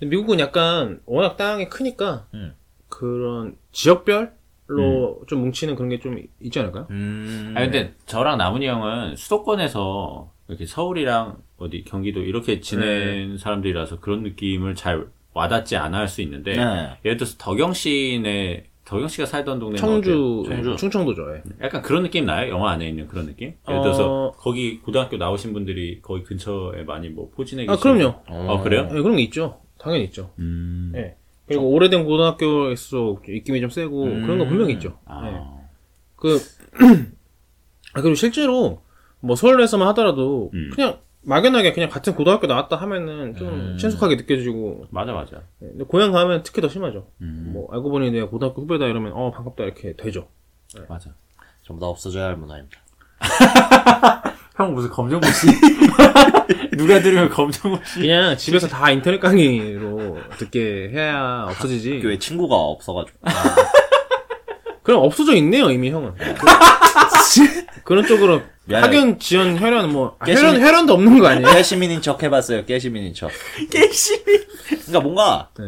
[SPEAKER 1] 근데 미국은 약간 워낙 땅이 크니까
[SPEAKER 2] 음.
[SPEAKER 1] 그런 지역별로 좀 뭉치는 그런 게 좀 있지 않을까요?
[SPEAKER 2] 음.
[SPEAKER 3] 아 근데 저랑 나문이 형은 수도권에서 이렇게 서울이랑 어디 경기도 이렇게 지낸
[SPEAKER 1] 네.
[SPEAKER 3] 사람들이라서 그런 느낌을 잘 와닿지 않아 할 수 있는데
[SPEAKER 2] 네.
[SPEAKER 3] 예를 들어서 덕영 씨네 덕영 씨가 살던 동네는 뭐
[SPEAKER 1] 청주,
[SPEAKER 3] 어때요?
[SPEAKER 1] 예, 충청도죠. 예.
[SPEAKER 3] 약간 그런 느낌 나요? 영화 안에 있는 그런 느낌? 예를 들어서
[SPEAKER 1] 어.
[SPEAKER 3] 거기 고등학교 나오신 분들이 거기 근처에 많이 뭐 포진해
[SPEAKER 2] 네,
[SPEAKER 3] 계시
[SPEAKER 1] 아 그럼요.
[SPEAKER 3] 어 그래요?
[SPEAKER 1] 예, 그런 게 있죠. 당연히 있죠.
[SPEAKER 3] 음.
[SPEAKER 1] 예. 그리고 오래된 고등학교일수록 입김이 좀 세고
[SPEAKER 2] 음.
[SPEAKER 1] 그런 거 분명히 있죠.
[SPEAKER 3] 아.
[SPEAKER 1] 예. 그 아, 그리고 실제로 뭐 서울에서만 하더라도
[SPEAKER 3] 음.
[SPEAKER 1] 그냥 막연하게 그냥 같은 고등학교 나왔다 하면은 좀
[SPEAKER 2] 음.
[SPEAKER 1] 친숙하게 느껴지고
[SPEAKER 3] 맞아 맞아.
[SPEAKER 1] 예, 근데 고향 가면 특히 더 심하죠.
[SPEAKER 3] 음.
[SPEAKER 1] 뭐 알고 보니 내가 고등학교 후배다 이러면 어 반갑다 이렇게 되죠. 네.
[SPEAKER 3] 맞아.
[SPEAKER 2] 전부 다 없어져야 할 문화입니다.
[SPEAKER 3] 형 무슨 검정고시? 누가 들으면 검정고시.
[SPEAKER 1] 그냥 집에서 다 인터넷 강의로 듣게 해야 없어지지.
[SPEAKER 2] 학교에 친구가 없어가지고.
[SPEAKER 1] 그럼 없어져 있네요 이미 형은. 그런 쪽으로
[SPEAKER 2] 미안해요.
[SPEAKER 1] 학연 지원 혈연 뭐 아,
[SPEAKER 2] 깨시네.
[SPEAKER 1] 혈연 혈연도 없는 거 아니에요?
[SPEAKER 2] 깨시민인 척 해봤어요. 깨시민인 척.
[SPEAKER 3] 깨심이.
[SPEAKER 2] 그러니까 뭔가
[SPEAKER 1] 네.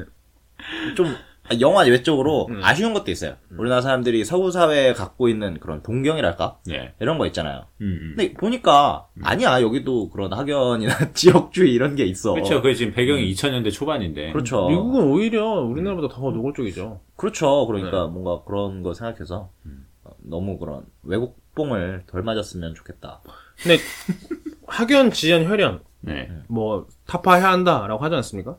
[SPEAKER 2] 좀 아, 영화 외적으로 아쉬운 것도 있어요. 우리나라 사람들이 서구 사회에 갖고 있는 그런 동경이랄까
[SPEAKER 3] 네.
[SPEAKER 2] 이런 거 있잖아요.
[SPEAKER 3] 음.
[SPEAKER 2] 근데 보니까 아니야 여기도 그런 학연이나 지역주의 이런 게 있어.
[SPEAKER 3] 그렇죠. 그게 지금 배경이
[SPEAKER 1] 음.
[SPEAKER 3] 2000년대 초반인데.
[SPEAKER 2] 그렇죠.
[SPEAKER 1] 미국은 오히려 우리나라보다 더 노골적이죠.
[SPEAKER 2] 그렇죠. 그러니까 뭔가 그런 거 생각해서 어, 너무 그런 외국 뽕을 덜 맞았으면 좋겠다.
[SPEAKER 1] 근데 학연 지연 혈연
[SPEAKER 3] 네.
[SPEAKER 1] 뭐 타파해야 한다라고 하지 않습니까?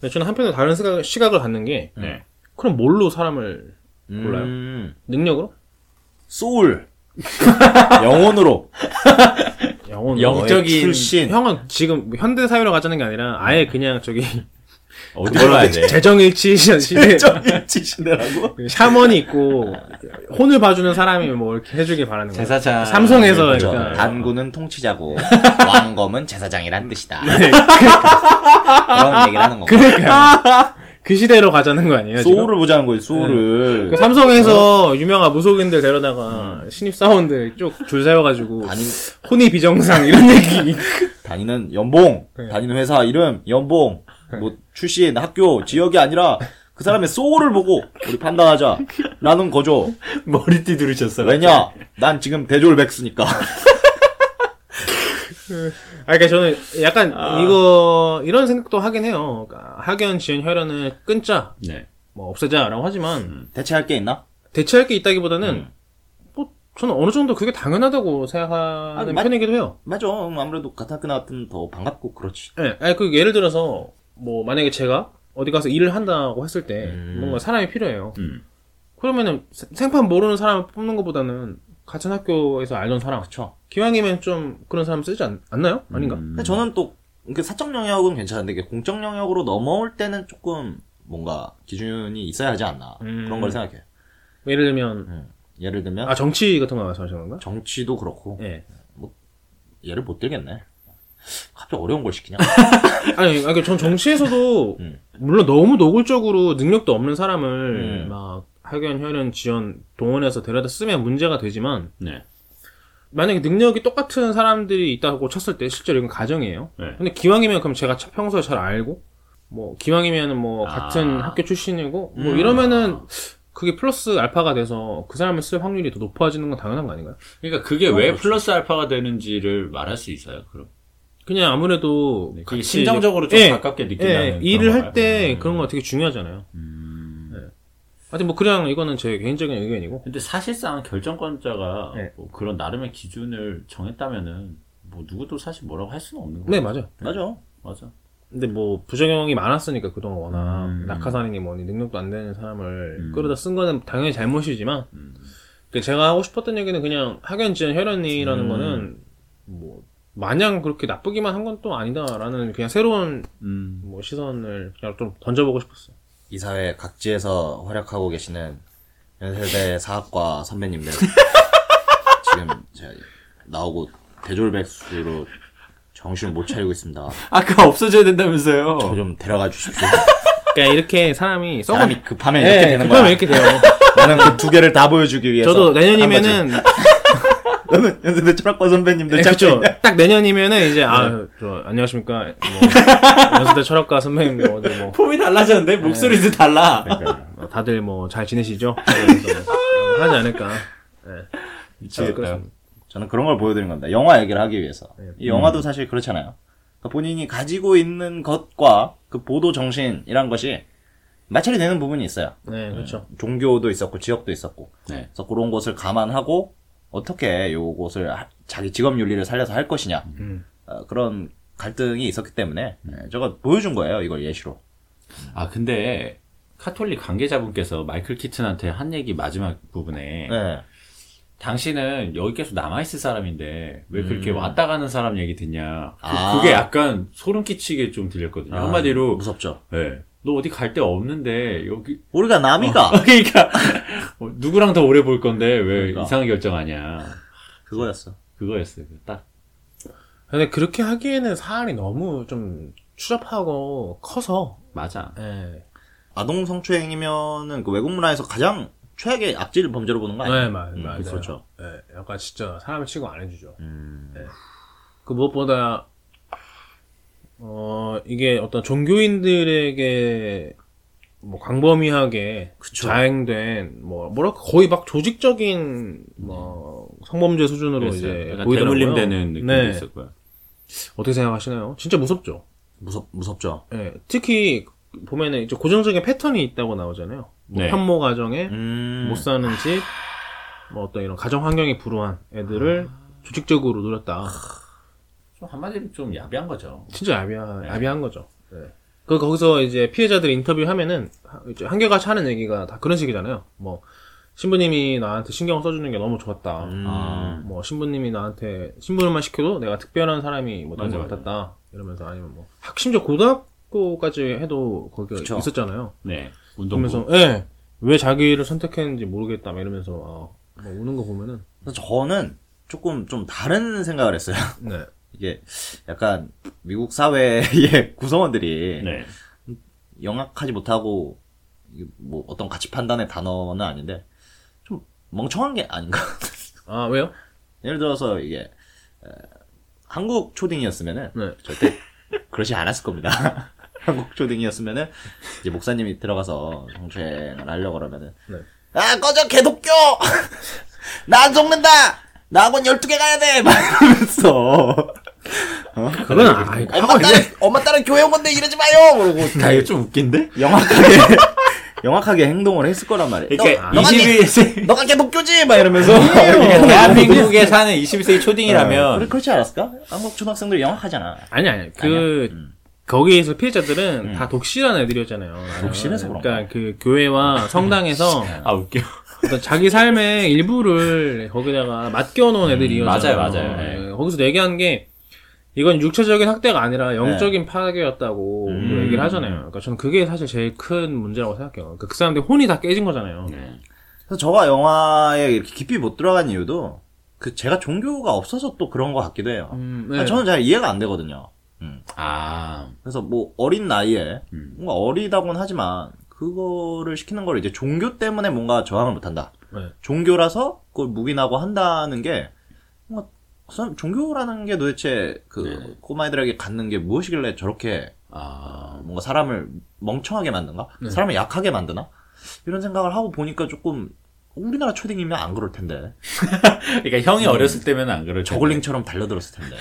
[SPEAKER 1] 근데 저는 한편으로 다른 생각, 시각을 갖는 게
[SPEAKER 3] 네.
[SPEAKER 1] 그럼 뭘로 사람을 몰라요.
[SPEAKER 2] 음,
[SPEAKER 1] 능력으로?
[SPEAKER 2] 소울 영혼으로
[SPEAKER 1] 영혼
[SPEAKER 3] 영적인
[SPEAKER 2] 출신 네.
[SPEAKER 1] 형은 지금 현대 사회로 가자는 게 아니라 아예 그냥 저기
[SPEAKER 3] 어디 봐야 돼?
[SPEAKER 1] 재정일치 시대
[SPEAKER 2] 정일치시대라고?
[SPEAKER 1] 샤먼이 있고 혼을 봐주는 사람이 뭐 이렇게 해주길 바라는 거예요.
[SPEAKER 3] 제사장. 네. 그렇죠.
[SPEAKER 1] 삼성에서
[SPEAKER 2] 그러니까.
[SPEAKER 3] 그죠.
[SPEAKER 1] 약간.
[SPEAKER 2] 그렇죠. 단군은 통치자고 왕검은 제사장이란 뜻이다. 그런 얘기를 하는 거고.
[SPEAKER 1] 그러니까 그 시대로 가자는 거 아니에요? 지금?
[SPEAKER 2] 소울을 어? 보자는 거예요. 소울을.
[SPEAKER 1] 그 삼성에서 유명한 무속인들 데려다가 신입 사원들 쭉 줄 세워가지고
[SPEAKER 2] 다니,
[SPEAKER 1] 혼이 비정상 이런 얘기.
[SPEAKER 2] 다니는 연봉,
[SPEAKER 1] 네.
[SPEAKER 2] 다니는 회사 이름, 연봉, 뭐 출신, 학교, 지역이 아니라 그 사람의 소울을 보고 우리 판단하자라는 거죠.
[SPEAKER 3] 머리띠 두르셨어.
[SPEAKER 2] 왜냐? 난 지금 대졸백수니까.
[SPEAKER 1] 아, 그러니까 저는 약간
[SPEAKER 3] 아.
[SPEAKER 1] 이거 이런 생각도 하긴 해요. 그러니까 학연, 지연, 혈연을 끊자,
[SPEAKER 3] 네.
[SPEAKER 1] 뭐 없애자라고 하지만
[SPEAKER 3] 음.
[SPEAKER 2] 대체할 게 있나?
[SPEAKER 1] 대체할 게 있다기보다는 뭐 저는 어느 정도 그게 당연하다고 생각하는
[SPEAKER 2] 아, 맞-
[SPEAKER 1] 편이기도 해요.
[SPEAKER 2] 맞아. 음, 아무래도 같은 학교 나왔으면 더 반갑고 그렇지.
[SPEAKER 3] 네.
[SPEAKER 1] 예, 아니, 그 예를 들어서 뭐 만약에 제가 어디 가서 일을 한다고 했을 때
[SPEAKER 2] 음.
[SPEAKER 1] 뭔가 사람이 필요해요.
[SPEAKER 3] 음.
[SPEAKER 1] 그러면은 세- 생판 모르는 사람 뽑는 것보다는 같은 학교에서 알던 사람.
[SPEAKER 2] 그렇죠.
[SPEAKER 1] 기왕이면 좀 그런 사람 쓰지 않, 나요 아닌가?
[SPEAKER 3] 음.
[SPEAKER 2] 근데 저는 또 이게 사적 영역은 괜찮은데 이게 공적 영역으로 넘어올 때는 조금 뭔가 기준이 있어야 하지 않나
[SPEAKER 1] 음.
[SPEAKER 2] 그런 걸 생각해요.
[SPEAKER 1] 예를 들면
[SPEAKER 2] 예를
[SPEAKER 3] 어?
[SPEAKER 2] 들면
[SPEAKER 1] 아 정치 같은 거 말씀하시는 건가?
[SPEAKER 2] 정치도 그렇고
[SPEAKER 1] 예.
[SPEAKER 2] 얘를 못 들겠네. 갑자기 어려운 걸 시키냐?
[SPEAKER 1] 아니, 아니 전 정치에서도
[SPEAKER 2] 음.
[SPEAKER 1] 물론 너무 노골적으로 능력도 없는 사람을
[SPEAKER 2] 음.
[SPEAKER 1] 막 학연, 혈연, 지연 동원해서 데려다 쓰면 문제가 되지만
[SPEAKER 3] 네.
[SPEAKER 1] 만약에 능력이 똑같은 사람들이 있다고 쳤을 때 실제로 이건 가정이에요.
[SPEAKER 3] 네.
[SPEAKER 1] 근데 기왕이면 그럼 제가 차- 평소에 잘 알고 뭐 기왕이면은 뭐
[SPEAKER 3] 아.
[SPEAKER 1] 같은 학교 출신이고 뭐
[SPEAKER 2] 음.
[SPEAKER 1] 이러면은 그게 플러스 알파가 돼서 그 사람을 쓸 확률이 더 높아지는 건 당연한 거 아닌가요?
[SPEAKER 3] 그러니까 그게 왜 플러스 알파가 되는지를 말할 수 있어요. 그럼.
[SPEAKER 1] 그냥 아무래도
[SPEAKER 3] 네, 그게
[SPEAKER 1] 같이
[SPEAKER 3] 심정적으로 좀
[SPEAKER 1] 예,
[SPEAKER 3] 가깝게
[SPEAKER 1] 이제- 예,
[SPEAKER 3] 느낀다는.
[SPEAKER 1] 일을
[SPEAKER 3] 그런
[SPEAKER 1] 할 때
[SPEAKER 3] 거예요.
[SPEAKER 1] 그런 거 되게 중요하잖아요.
[SPEAKER 3] 음.
[SPEAKER 1] 하여튼 뭐 그냥 이거는 제 개인적인 의견이고
[SPEAKER 3] 근데 사실상 결정권자가
[SPEAKER 1] 네.
[SPEAKER 3] 뭐 그런 나름의 기준을 정했다면은 뭐 누구도 사실 뭐라고 할 수는 없는 거예요.
[SPEAKER 1] 네 맞아요.
[SPEAKER 2] 맞아.
[SPEAKER 3] 맞아.
[SPEAKER 1] 근데 뭐 부작용이 많았으니까 그동안 워낙
[SPEAKER 3] 음.
[SPEAKER 1] 낙하산이니 뭐니 능력도 안 되는 사람을
[SPEAKER 3] 음.
[SPEAKER 1] 끌어다 쓴 거는 당연히 잘못이지만
[SPEAKER 3] 음.
[SPEAKER 1] 그 제가 하고 싶었던 얘기는 그냥 학연 지연 혈연이라는
[SPEAKER 3] 음.
[SPEAKER 1] 거는 뭐 마냥 그렇게 나쁘기만 한 건 또 아니다라는 그냥 새로운
[SPEAKER 3] 음.
[SPEAKER 1] 뭐 시선을 그냥 좀 던져보고 싶었어요.
[SPEAKER 2] 이 사회 각지에서 활약하고 계시는 연세대 사학과 선배님들 지금 제가 나오고 대졸백수로 정신을 못 차리고 있습니다.
[SPEAKER 3] 아까 없어져야 된다면서요.
[SPEAKER 2] 저 좀 데려가 주십시오.
[SPEAKER 1] 그러니까 이렇게 사람이 썩어
[SPEAKER 2] 사람이 급하면
[SPEAKER 1] 예,
[SPEAKER 2] 이렇게 되는 거야.
[SPEAKER 1] 급하면 이렇게 돼요.
[SPEAKER 2] 나는 그 두 개를 다 보여주기 위해서.
[SPEAKER 1] 저도
[SPEAKER 2] 한
[SPEAKER 1] 내년이면은
[SPEAKER 2] 거지. 너는 연세대 철학과 선배님들
[SPEAKER 1] 네,
[SPEAKER 2] 짝죠
[SPEAKER 1] 그렇죠. 딱 내년이면은 이제 아 저, 안녕하십니까 뭐, 연세대 철학과 선배님 뭐 어디 뭐
[SPEAKER 3] 폼이 달라졌는데 목소리도 달라.
[SPEAKER 1] 어, 다들 뭐 잘 지내시죠? 그래서 뭐 하지 않을까. 예. 아,
[SPEAKER 3] 미치겠다.
[SPEAKER 1] 그렇습니다.
[SPEAKER 2] 저는 그런 걸 보여드리는 겁니다. 영화 얘기를 하기 위해서.
[SPEAKER 1] 네.
[SPEAKER 2] 이 영화도 사실 그렇잖아요. 그러니까 본인이 가지고 있는 것과 그 보도 정신이란 것이 마찰이 되는 부분이 있어요.
[SPEAKER 1] 네, 그렇죠.
[SPEAKER 2] 종교도 있었고 지역도 있었고
[SPEAKER 3] 네.
[SPEAKER 2] 그래서 그런 것을 감안하고 어떻게 요것을 하- 자기 직업 윤리를 살려서 할 것이냐
[SPEAKER 1] 음.
[SPEAKER 2] 어, 그런 갈등이 있었기 때문에
[SPEAKER 3] 음.
[SPEAKER 2] 예, 저거 보여준 거예요 이걸 예시로
[SPEAKER 3] 아 근데 카톨릭 관계자분께서 마이클 키튼한테 한 얘기 마지막 부분에
[SPEAKER 2] 네.
[SPEAKER 3] 당신은 여기 계속 남아있을 사람인데 왜 그렇게
[SPEAKER 2] 음.
[SPEAKER 3] 왔다 가는 사람 얘기 듣냐. 그-
[SPEAKER 2] 아.
[SPEAKER 3] 그게 약간 소름 끼치게 좀 들렸거든요.
[SPEAKER 2] 아,
[SPEAKER 3] 한마디로
[SPEAKER 2] 무섭죠
[SPEAKER 3] 예. 너 어디 갈 데 없는데 여기
[SPEAKER 2] 우리가 남이가
[SPEAKER 3] 그러니까 어, 누구랑 더 오래 볼 건데 왜
[SPEAKER 2] 그러니까.
[SPEAKER 3] 이상한 결정하냐
[SPEAKER 2] 그거였어
[SPEAKER 3] 그거였어요 딱
[SPEAKER 1] 근데 그렇게 하기에는 사안이 너무 좀 추잡하고 커서.
[SPEAKER 3] 맞아
[SPEAKER 1] 예.
[SPEAKER 2] 아동 성추행이면은 그 외국 문화에서 가장 최악의 악질 범죄로 보는 거 아니에요?
[SPEAKER 1] 네, 맞,
[SPEAKER 2] 음,
[SPEAKER 1] 맞아요.
[SPEAKER 2] 그렇죠.
[SPEAKER 1] 예, 약간 진짜 사람을 치고 안 해주죠.
[SPEAKER 2] 음,
[SPEAKER 1] 그 무엇보다, 어, 이게 어떤 종교인들에게 뭐 광범위하게
[SPEAKER 2] 그쵸.
[SPEAKER 1] 자행된, 뭐, 뭐랄까, 거의 막 조직적인, 뭐, 성범죄 수준으로 이제
[SPEAKER 3] 그래서
[SPEAKER 1] 보이더라고요.
[SPEAKER 3] 대물림되는 느낌도
[SPEAKER 1] 네.
[SPEAKER 3] 있었고요
[SPEAKER 1] 어떻게 생각하시나요? 진짜 무섭죠?
[SPEAKER 2] 무섭 무섭죠.
[SPEAKER 1] 예, 특히 보면은 이제 고정적인 패턴이 있다고 나오잖아요. 뭐
[SPEAKER 3] 네.
[SPEAKER 1] 현모 가정에
[SPEAKER 2] 음,
[SPEAKER 1] 못 사는 집, 뭐 어떤 이런 가정 환경이 불우한 애들을 조직적으로 노렸다.
[SPEAKER 3] 좀 한마디로 좀 야비한 거죠
[SPEAKER 1] 진짜 야비한,
[SPEAKER 3] 네.
[SPEAKER 1] 야비한 거죠. 그 거기서 이제 피해자들 인터뷰 하면은 하- 이제 한결같이 하는 얘기가 다 그런 식이잖아요. 뭐 신부님이 나한테 신경 써주는 게 너무 좋았다.
[SPEAKER 2] 음,
[SPEAKER 3] 아.
[SPEAKER 1] 뭐 신부님이 나한테 신부름만 시켜도 내가 특별한 사람이 뭐 되는
[SPEAKER 2] 음.
[SPEAKER 3] 맞아,
[SPEAKER 1] 것
[SPEAKER 3] 맞아.
[SPEAKER 1] 같았다 이러면서 아니면 뭐 학심적 고등학교 축구까지 해도 거기가
[SPEAKER 2] 그쵸.
[SPEAKER 1] 있었잖아요.
[SPEAKER 3] 네.
[SPEAKER 1] 그러면서
[SPEAKER 3] 운동부.
[SPEAKER 1] 예. 왜 자기를 선택했는지 모르겠다 막 이러면서 아, 막 우는 거 보면은
[SPEAKER 2] 그래서 저는 조금 좀 다른 생각을 했어요.
[SPEAKER 1] 네.
[SPEAKER 2] 이게 약간 미국 사회의 구성원들이
[SPEAKER 3] 네.
[SPEAKER 2] 영악하지 못하고 이게 뭐 어떤 가치 판단의 단어는 아닌데 좀 멍청한 게 아닌가.
[SPEAKER 1] 아, 왜요?
[SPEAKER 2] 예를 들어서 이게 에, 한국 초딩이었으면은
[SPEAKER 1] 네.
[SPEAKER 2] 절대 그러지 않았을 겁니다. 한국 초딩이었으면은 이제 목사님이 들어가서 정죄를 하려고 그러면은
[SPEAKER 1] 네.
[SPEAKER 2] 아 꺼져 개독교 나 안 속는다 나 학원 12개 가야 돼막 이러면서 어?
[SPEAKER 1] 그건 아, 아니,
[SPEAKER 2] 엄마 딸은 엄마 딸은 교회 온 건데 이러지 마요 그러고
[SPEAKER 3] 야, 이거 좀 웃긴데?
[SPEAKER 2] 영악하게 영악하게 행동을 했을 거란 말이에요
[SPEAKER 3] 그러니까
[SPEAKER 2] 너, 너가, 개-
[SPEAKER 3] 21세
[SPEAKER 2] 너가 개독교지 막 이러면서 어.
[SPEAKER 3] 이게 대한민국에 사는 21세기 초딩이라면
[SPEAKER 2] 그래, 그렇지 않았을까? 한국 초등학생들이 영악하잖아.
[SPEAKER 1] 아니 아니. 그
[SPEAKER 2] 음.
[SPEAKER 1] 거기에서 피해자들은 다 독실한 애들이었잖아요. 나는.
[SPEAKER 2] 독실해서 그런가?
[SPEAKER 1] 그러니까 그 교회와 성당에서
[SPEAKER 2] 네.
[SPEAKER 3] 아 웃겨.
[SPEAKER 1] 어떤 그러니까 자기 삶의 일부를 거기다가 맡겨놓은 애들이었잖아요.
[SPEAKER 3] 맞아요, 맞아요. 네.
[SPEAKER 1] 예, 거기서 얘기한 게 이건 육체적인 학대가 아니라 영적인 파괴였다고
[SPEAKER 2] 음.
[SPEAKER 1] 얘기를 하잖아요. 그러니까 저는 그게 사실 제일 큰 문제라고 생각해요. 그러니까 그 사람들 이 혼이 다 깨진 거잖아요.
[SPEAKER 3] 네.
[SPEAKER 2] 그래서 저가 영화에 이렇게 깊이 못 들어간 이유도 그 제가 종교가 없어서 또 그런 것 같기도 해요.
[SPEAKER 1] 음,
[SPEAKER 2] 그러니까 저는 잘 이해가 안 되거든요.
[SPEAKER 3] 아
[SPEAKER 2] 그래서 뭐 어린 나이에
[SPEAKER 3] 음.
[SPEAKER 2] 뭔가 어리다곤 하지만 그거를 시키는 걸 이제 종교 때문에 뭔가 저항을 못한다.
[SPEAKER 1] 네.
[SPEAKER 2] 종교라서 그걸 묵인하고 한다는 게 뭔가 선- 종교라는 게 도대체 그
[SPEAKER 3] 네.
[SPEAKER 2] 꼬마애들에게 갖는 게 무엇이길래 저렇게
[SPEAKER 3] 아.
[SPEAKER 2] 뭔가 사람을 멍청하게 만든가?
[SPEAKER 1] 네.
[SPEAKER 2] 사람을 약하게 만드나? 이런 생각을 하고 보니까 조금 우리나라 초딩이면 안 그럴 텐데
[SPEAKER 3] 그러니까 형이 어렸을 때면 안 그럴 텐데.
[SPEAKER 2] 저글링처럼 달려들었을 텐데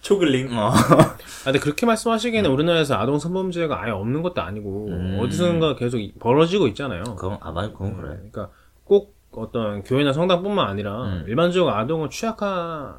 [SPEAKER 3] 초글링.
[SPEAKER 2] 어.
[SPEAKER 1] 아, 근데 그렇게 말씀하시기에는 우리나라에서 아동 성범죄가 아예 없는 것도 아니고
[SPEAKER 2] 음.
[SPEAKER 1] 어디선가 계속 벌어지고 있잖아요.
[SPEAKER 2] 그건 아마 그건 그래
[SPEAKER 1] 그러니까 꼭 어떤 교회나 성당뿐만 아니라
[SPEAKER 2] 음.
[SPEAKER 1] 일반적으로 아동은 취약한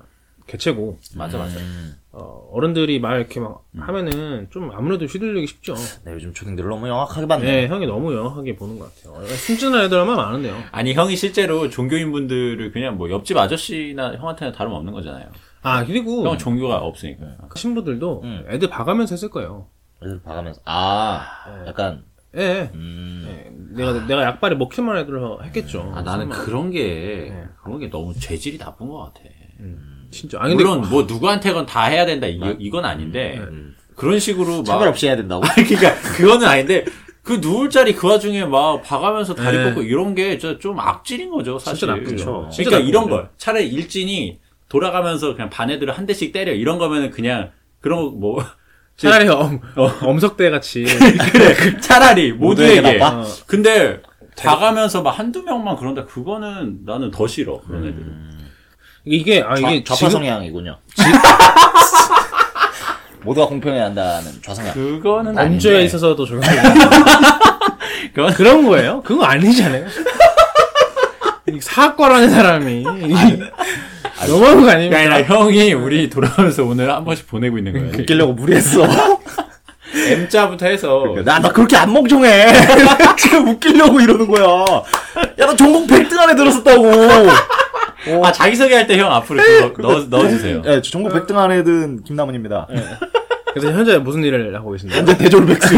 [SPEAKER 1] 개체고
[SPEAKER 3] 맞아 맞아.
[SPEAKER 2] 음.
[SPEAKER 1] 어, 어른들이 말 이렇게 막
[SPEAKER 3] 음.
[SPEAKER 1] 하면은 좀 아무래도 휘둘리기 쉽죠.
[SPEAKER 2] 네, 요즘 초딩들 너무 영악하게
[SPEAKER 3] 아,
[SPEAKER 2] 봤네
[SPEAKER 1] 네, 형이 너무 영하게 보는 것 같아요. 순진한 애들만 많은데요.
[SPEAKER 3] 아니 형이 실제로 종교인 분들을 그냥 뭐 옆집 아저씨나 형한테는 다름없는 거잖아요.
[SPEAKER 1] 아, 그리고
[SPEAKER 3] 형은 종교가 없으니까.
[SPEAKER 1] 신부들도
[SPEAKER 2] 음.
[SPEAKER 1] 애들 봐가면서 했을 거예요.
[SPEAKER 2] 애들 봐가면서 아
[SPEAKER 1] 네.
[SPEAKER 2] 약간
[SPEAKER 1] 예, 예.
[SPEAKER 2] 음.
[SPEAKER 1] 예, 내가, 내가 약발에 먹힐만 한 애들을 했겠죠.
[SPEAKER 3] 아 나는
[SPEAKER 1] 설마.
[SPEAKER 3] 그런 게
[SPEAKER 1] 네.
[SPEAKER 3] 그런 게 너무 죄질이 나쁜 것 같아. 그
[SPEAKER 1] 진짜. 아니, 근데.
[SPEAKER 3] 물론 뭐 누구한테건 다 해야 된다 이, 이건 아닌데 그런 식으로 막
[SPEAKER 2] 음. 차별 없이 해야 된다고?
[SPEAKER 3] 그러니까 그거는 아닌데 그 누울 자리 그 와중에 막 봐가면서 다리
[SPEAKER 1] 네.
[SPEAKER 3] 뻗고 이런 게 좀 악질인 거죠 사실.
[SPEAKER 1] 진짜 나쁘죠.
[SPEAKER 3] 그러니까
[SPEAKER 1] 진짜 나쁜
[SPEAKER 3] 이런
[SPEAKER 1] 거죠.
[SPEAKER 3] 걸 차라리 일진이 돌아가면서 그냥 반 애들을 한 대씩 때려 이런 거면은 그냥 그런 거뭐
[SPEAKER 1] 차라리 엄,
[SPEAKER 3] 어.
[SPEAKER 1] 엄석대 같이.
[SPEAKER 3] 그래 그 차라리 모두에게.
[SPEAKER 2] 모두에게 나빠?
[SPEAKER 1] 어,
[SPEAKER 3] 근데 봐가면서 막 한두 명만 그런다 그거는 나는 더 싫어 그런 애들은.
[SPEAKER 1] 이게, 아,
[SPEAKER 2] 좌,
[SPEAKER 1] 이게.
[SPEAKER 2] 좌파
[SPEAKER 1] 지금-
[SPEAKER 2] 성향이군요 모두가 공평해야 한다는 좌성향
[SPEAKER 3] 그거는 아니,
[SPEAKER 1] 범죄에
[SPEAKER 2] 아닌데.
[SPEAKER 1] 있어서도 적용.
[SPEAKER 3] 그건-
[SPEAKER 1] 그런 거예요? 그거 아니잖아요. 이 사학과라는 사람이 너무한 거 아닙니까?
[SPEAKER 3] 아니라 형이 우리 돌아오면서 오늘 한 번씩 보내고 있는 거예요.
[SPEAKER 2] 웃기려고 무리했어
[SPEAKER 3] M자부터 해서
[SPEAKER 2] 나, 나 그렇게 안 멍청해. 지금 웃기려고 이러는 거야. 야, 나 전공 100등 안에 들었었다고.
[SPEAKER 3] 아 자기소개 할 때 형 앞으로 네, 그거 네. 넣어 넣어주세요.
[SPEAKER 2] 예, 저 전공 100등 안에 든 김남훈입니다.
[SPEAKER 1] 그래서 현재 무슨 일을 하고 계신가요?
[SPEAKER 2] 현재 네. 대졸백수.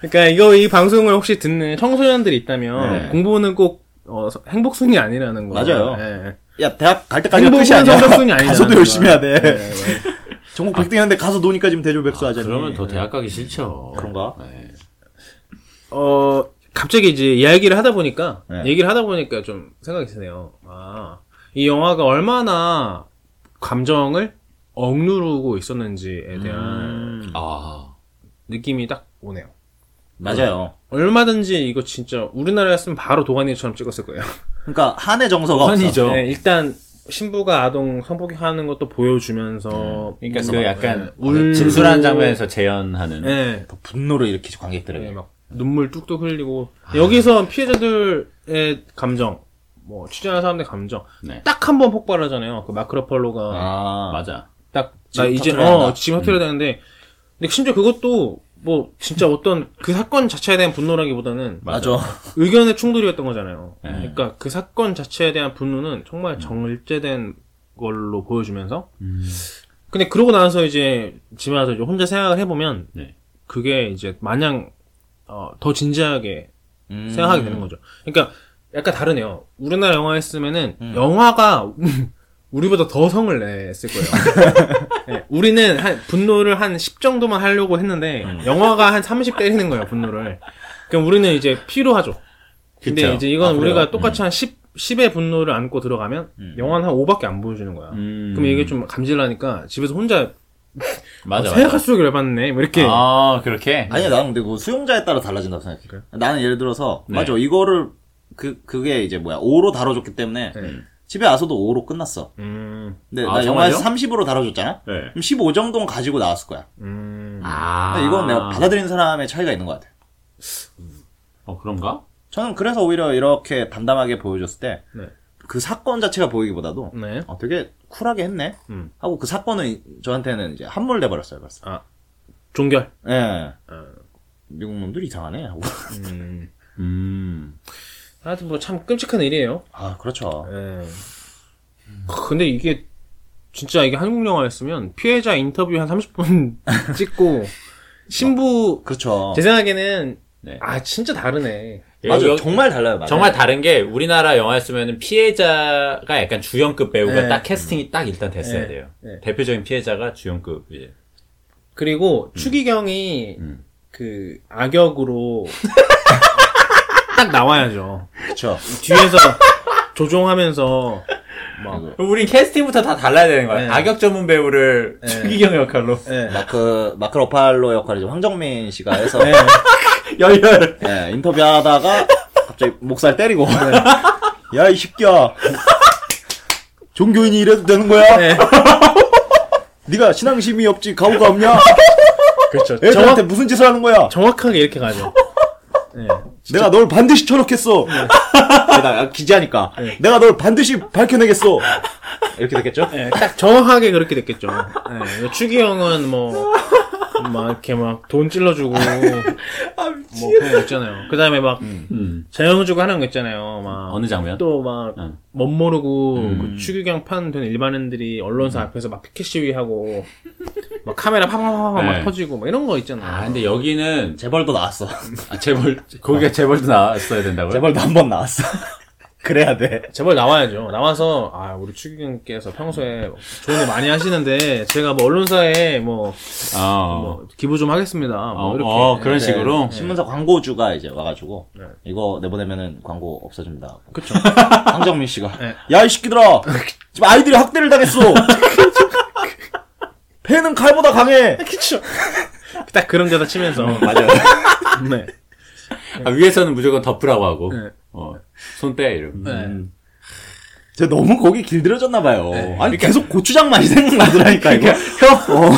[SPEAKER 1] 그러니까 이거 이 방송을 혹시 듣는 청소년들이 있다면
[SPEAKER 2] 네.
[SPEAKER 1] 공부는 꼭 어, 서- 행복순이 아니라는 거
[SPEAKER 2] 맞아요.
[SPEAKER 1] 예.
[SPEAKER 2] 야, 대학 갈 때까지
[SPEAKER 1] 행복은
[SPEAKER 2] 끝이 아니야.
[SPEAKER 1] 성적순이 아니잖아,
[SPEAKER 2] 가서도
[SPEAKER 1] 그거.
[SPEAKER 2] 열심히 해야
[SPEAKER 1] 네,
[SPEAKER 2] 돼.
[SPEAKER 1] 네.
[SPEAKER 2] 전공 100등 했는데 가서 노니까 지금 대졸백수 하잖아.
[SPEAKER 3] 그러면 더 대학 가기 싫죠.
[SPEAKER 2] 그런가?
[SPEAKER 3] 네.
[SPEAKER 1] 어 갑자기 이제 이야기를 하다 보니까
[SPEAKER 2] 네.
[SPEAKER 1] 얘기를 하다 보니까 좀 생각이 드네요. 아이 영화가 얼마나 감정을 억누르고 있었는지에
[SPEAKER 2] 음.
[SPEAKER 1] 대한
[SPEAKER 3] 아
[SPEAKER 1] 느낌이 딱 오네요.
[SPEAKER 2] 맞아요.
[SPEAKER 1] 얼마든지 이거 진짜 우리나라였으면 바로 도가니처럼 찍었을 거예요.
[SPEAKER 2] 그러니까 한의 정서가 없어.
[SPEAKER 3] 선이죠.
[SPEAKER 1] 네, 일단 신부가 아동 성폭행하는 것도 보여주면서
[SPEAKER 3] 그러니까
[SPEAKER 1] 막,
[SPEAKER 3] 그 약간
[SPEAKER 1] 네, 울고,
[SPEAKER 3] 진술한 장면에서 재현하는.
[SPEAKER 1] 네,
[SPEAKER 2] 더 분노를 일으키지
[SPEAKER 1] 네,
[SPEAKER 2] 관객들에게.
[SPEAKER 1] 막 눈물 뚝뚝 흘리고 여기서 피해자들의 감정 뭐 취재하는 사람들의 감정
[SPEAKER 3] 네.
[SPEAKER 1] 딱 한 번 폭발하잖아요. 그 마크로폴로가
[SPEAKER 2] 아,
[SPEAKER 3] 맞아.
[SPEAKER 1] 딱
[SPEAKER 2] 지금
[SPEAKER 1] 나 이제
[SPEAKER 2] 터트려야
[SPEAKER 1] 어
[SPEAKER 2] 한다.
[SPEAKER 1] 지금 터트려야 되는데 근데 심지어 그것도 뭐 진짜 어떤 그 사건 자체에 대한 분노라기보다는
[SPEAKER 2] 맞아.
[SPEAKER 1] 의견의 충돌이었던 거잖아요.
[SPEAKER 3] 네. 음.
[SPEAKER 1] 그러니까 그 사건 자체에 대한 분노는 정말 정일제된 걸로 보여주면서 근데 그러고 나서 이제 집에 와서 이제 혼자 생각을 해보면
[SPEAKER 3] 네.
[SPEAKER 1] 그게 이제 마냥 어, 더 진지하게
[SPEAKER 2] 음.
[SPEAKER 1] 생각하게 되는 거죠. 그러니까 약간 다르네요. 우리나라 영화 했으면은
[SPEAKER 2] 음.
[SPEAKER 1] 영화가 우리보다 더 성을 냈을 거예요. 네, 우리는 한 분노를 한 10 정도만 하려고 했는데
[SPEAKER 3] 음.
[SPEAKER 1] 영화가 한 30 때리는 거예요, 분노를. 그럼 우리는 이제 필요하죠. 근데
[SPEAKER 3] 그쵸. 음.
[SPEAKER 1] 이제 이건
[SPEAKER 2] 아, 그래요?
[SPEAKER 1] 우리가 똑같이 한 10, 10의 분노를 안고 들어가면 영화는 한 5밖에 안 보여주는 거야.
[SPEAKER 3] 음.
[SPEAKER 1] 그럼 이게 좀 감질나니까 집에서 혼자
[SPEAKER 3] 맞아 맞아.
[SPEAKER 1] 생각할수록 열받네. 뭐 이렇게
[SPEAKER 3] 아 그렇게.
[SPEAKER 2] 아니야, 나는 근데 그 수용자에 따라 달라진다고 생각해.
[SPEAKER 1] 그래요?
[SPEAKER 2] 나는 예를 들어서,
[SPEAKER 3] 네.
[SPEAKER 2] 맞아, 이거를, 그, 그게 이제 뭐야, 5로 다뤄줬기 때문에,
[SPEAKER 1] 네.
[SPEAKER 2] 집에 와서도 5로 끝났어.
[SPEAKER 1] 음,
[SPEAKER 2] 근데
[SPEAKER 3] 아,
[SPEAKER 2] 나
[SPEAKER 3] 정말요?
[SPEAKER 2] 영화에서 30으로 다뤄줬잖아?
[SPEAKER 3] 네.
[SPEAKER 2] 그럼 15 정도는 가지고 나왔을 거야.
[SPEAKER 1] 음.
[SPEAKER 3] 아.
[SPEAKER 2] 근데 이건 내가 받아들인 사람의 차이가 있는 것 같아.
[SPEAKER 3] 어 그런가?
[SPEAKER 2] 저는 그래서 오히려 이렇게 담담하게 보여줬을 때,
[SPEAKER 1] 네.
[SPEAKER 2] 그 사건 자체가
[SPEAKER 3] 음.
[SPEAKER 2] 보이기보다도,
[SPEAKER 1] 네.
[SPEAKER 2] 어, 되게 쿨하게 했네?
[SPEAKER 1] 음.
[SPEAKER 2] 하고 그 사건은 저한테는 이제 함몰돼버렸어요, 벌써.
[SPEAKER 1] 종결.
[SPEAKER 2] 예.
[SPEAKER 3] 아.
[SPEAKER 1] 어.
[SPEAKER 2] 미국 놈들 이상하네. 하고.
[SPEAKER 1] 음.
[SPEAKER 3] 음.
[SPEAKER 1] 하여튼 뭐 참 끔찍한 일이에요.
[SPEAKER 2] 아, 그렇죠.
[SPEAKER 1] 예. 근데 이게 진짜 이게 한국 영화였으면 피해자 인터뷰 한 30분 찍고 신부
[SPEAKER 2] 그렇죠.
[SPEAKER 1] 제 생각에는
[SPEAKER 3] 네.
[SPEAKER 1] 아 진짜 다르네.
[SPEAKER 2] 맞아,
[SPEAKER 3] 여-
[SPEAKER 2] 정말 달라요, 맞아. 네.
[SPEAKER 3] 정말 다른 게 우리나라 영화였으면 피해자가 약간 주연급 배우가
[SPEAKER 1] 네.
[SPEAKER 3] 딱 캐스팅이
[SPEAKER 2] 음.
[SPEAKER 3] 딱 일단 됐어야
[SPEAKER 1] 네.
[SPEAKER 3] 돼요.
[SPEAKER 1] 네.
[SPEAKER 3] 대표적인 피해자가 주연급 이제.
[SPEAKER 1] 그리고 추기경이
[SPEAKER 3] 음.
[SPEAKER 1] 그 악역으로 딱 나와야죠.
[SPEAKER 2] 그렇죠.
[SPEAKER 1] 뒤에서 조종하면서 막
[SPEAKER 2] 그리고
[SPEAKER 3] 우린 캐스팅부터 다 달라야 되는 거야.
[SPEAKER 1] 네.
[SPEAKER 3] 악역 전문 배우를 추기경 역할로
[SPEAKER 1] 예.
[SPEAKER 2] 마크 마크 러팔로 역할을 지금 황정민 씨가 해서
[SPEAKER 3] 네.
[SPEAKER 1] 예.
[SPEAKER 3] 열렬.
[SPEAKER 2] 예, 인터뷰하다가 갑자기 목살 때리고
[SPEAKER 3] 네.
[SPEAKER 2] 야 이 새끼야 종교인이 이래도 되는 거야?
[SPEAKER 1] 예.
[SPEAKER 2] 네가 신앙심이 없지 가오가 없냐?
[SPEAKER 1] 그렇죠. 정확,
[SPEAKER 2] 애들한테 무슨 짓을 하는 거야?
[SPEAKER 1] 정확하게 이렇게 가죠. 예.
[SPEAKER 2] 내가 널 반드시 쳐놓겠어. 나 기지하니까 내가 널 반드시 밝혀내겠어. 이렇게 됐겠죠?
[SPEAKER 1] 예, 딱 정확하게 그렇게 됐겠죠. 예, 추기 형은 뭐, 막 이렇게 막 돈 찔러주고, 뭐 그런 거 있잖아요. 그 다음에 막,
[SPEAKER 3] 음.
[SPEAKER 1] 자영주가 하는 거 있잖아요. 막,
[SPEAKER 3] 어느 장면?
[SPEAKER 1] 또 막,
[SPEAKER 3] 응.
[SPEAKER 1] 멋 모르고,
[SPEAKER 3] 음.
[SPEAKER 1] 그 추기경 판된 일반인들이 언론사 앞에서 막 피켓 시위하고, 막 카메라 팡팡팡팡 막
[SPEAKER 3] 네.
[SPEAKER 1] 터지고, 막 이런 거 있잖아요.
[SPEAKER 3] 아 근데 여기는
[SPEAKER 2] 재벌도 나왔어.
[SPEAKER 3] 아, 재벌 거기가 재벌도 나왔어야 된다고요?
[SPEAKER 2] 재벌도 한 번 나왔어. 그래야 돼.
[SPEAKER 1] 제발 나와야죠. 나와서, 아, 우리 추기경께서 평소에 좋은 일 많이 하시는데, 제가 뭐 언론사에 뭐,
[SPEAKER 3] 어.
[SPEAKER 1] 뭐 기부 좀 하겠습니다. 뭐
[SPEAKER 3] 어,
[SPEAKER 1] 이렇게.
[SPEAKER 3] 어, 그런 식으로.
[SPEAKER 2] 네, 신문사 광고주가 이제 와가지고
[SPEAKER 1] 네.
[SPEAKER 2] 이거 내보내면은 광고 없어집니다.
[SPEAKER 1] 그쵸.
[SPEAKER 2] 황정민 씨가
[SPEAKER 1] 네.
[SPEAKER 2] 야 이 새끼들아 지금 아이들이 학대를 당했어. 폐는 칼보다 강해.
[SPEAKER 1] 그쵸. 딱 그런 데다 치면서.
[SPEAKER 2] 맞아요.
[SPEAKER 1] 네.
[SPEAKER 3] 아, 위에서는 무조건 덮으라고 하고.
[SPEAKER 1] 네.
[SPEAKER 3] 어. 손대 이러고.
[SPEAKER 1] 예.
[SPEAKER 2] 음. 제가 너무 거기 길들여졌나 봐요.
[SPEAKER 1] 네.
[SPEAKER 2] 아니 계속 고추장만이 생각나더라니까 이거. 그러니까 형, 어,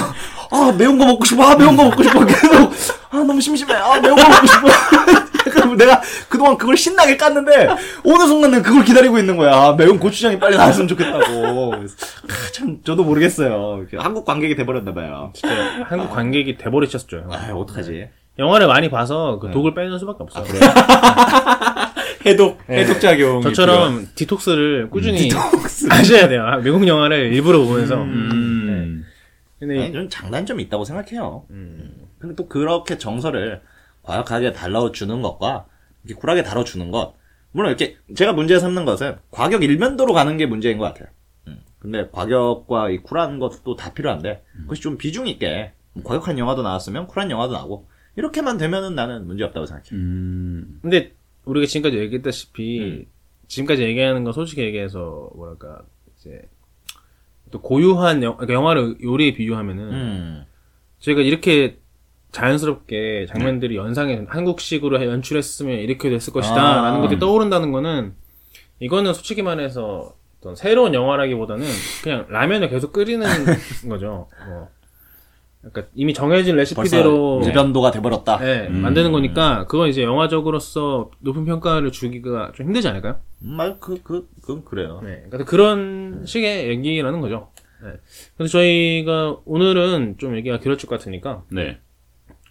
[SPEAKER 2] 아 매운 거 먹고 싶어. 아 매운 거 먹고 싶어. 계속 아 너무 심심해. 아 매운 거 먹고 싶어. 그럼 내가 그동안 그걸 신나게 깠는데 어느 순간 내가 그걸 기다리고 있는 거야. 아, 매운 고추장이 빨리 나왔으면 좋겠다고. 그래서, 아, 참 저도 모르겠어요. 이렇게 한국 관객이 돼버렸나 봐요.
[SPEAKER 1] 진짜 한국 관객이 돼버리셨죠.
[SPEAKER 2] 아 어떡하지?
[SPEAKER 1] 영화를 많이 봐서 그 독을 빼는 수밖에 없어요.
[SPEAKER 3] 해독, 해독작용.
[SPEAKER 1] 예. 저처럼 디톡스를 꾸준히 하셔야 돼요. 아, 미국 영화를 일부러 보면서.
[SPEAKER 3] 음.
[SPEAKER 1] 근데
[SPEAKER 2] 아니,
[SPEAKER 1] 이-
[SPEAKER 2] 저는 네. 장단점이 있다고 생각해요.
[SPEAKER 1] 음,
[SPEAKER 2] 근데 또 그렇게 정서를 과격하게 달라주는 것과 이렇게 쿨하게 다뤄주는 것 물론 이렇게 제가 문제 삼는 것은 과격 일면도로 가는 게 문제인 것 같아요. 음. 근데 과격과 이 쿨한 것도 다 필요한데
[SPEAKER 1] 음.
[SPEAKER 2] 그것이 좀 비중 있게 뭐 과격한 영화도 나왔으면 쿨한 영화도 나오고 이렇게만 되면은 나는 문제 없다고 생각해요.
[SPEAKER 3] 음.
[SPEAKER 1] 근데 우리가 지금까지 얘기했다시피 지금까지 얘기하는 건 솔직히 얘기해서 뭐랄까 이제 또 고유한 영, 그러니까 영화를 요리에 비유하면은
[SPEAKER 2] 음.
[SPEAKER 1] 저희가 이렇게 자연스럽게 장면들이 연상해 한국식으로 연출했으면 이렇게 됐을
[SPEAKER 2] 네. 아.
[SPEAKER 1] 것이다라는 것들이 떠오른다는 거는 이거는 솔직히 말해서 어떤 새로운 영화라기보다는 그냥 라면을 계속 끓이는 거죠. 뭐. 그러니까 이미 정해진
[SPEAKER 2] 벌써
[SPEAKER 1] 레시피대로 네.
[SPEAKER 2] 일변도가 돼버렸다.
[SPEAKER 1] 예,
[SPEAKER 3] 음.
[SPEAKER 1] 만드는 거니까 그건 이제 영화적으로서 높은 평가를 주기가 좀 힘들지 않을까요?
[SPEAKER 2] 음, 아, 말그그 그건 그래요.
[SPEAKER 1] 네, 그러니까 그런 식의 얘기라는 거죠. 네. 그래서 저희가 오늘은 좀 얘기가 길어질 것 같으니까
[SPEAKER 3] 네.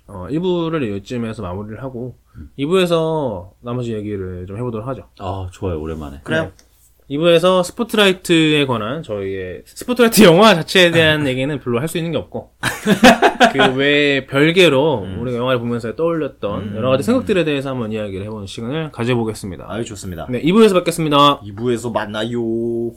[SPEAKER 1] 어, 1부를 요쯤에서 마무리를 하고, 2부에서 나머지 얘기를 좀 해보도록 하죠.
[SPEAKER 3] 아, 좋아요, 오랜만에.
[SPEAKER 1] 네.
[SPEAKER 2] 그래요.
[SPEAKER 1] 2부에서 스포트라이트에 관한 저희의 스포트라이트 영화 자체에 대한 얘기는 별로 할 수 있는 게 없고 그 외 별개로 우리가 영화를 보면서 떠올렸던 여러 가지 생각들에 대해서 한번 이야기를 해보는 시간을 가져보겠습니다.
[SPEAKER 2] 아유 좋습니다.
[SPEAKER 1] 네, 2부에서 뵙겠습니다.
[SPEAKER 2] 2부에서 만나요.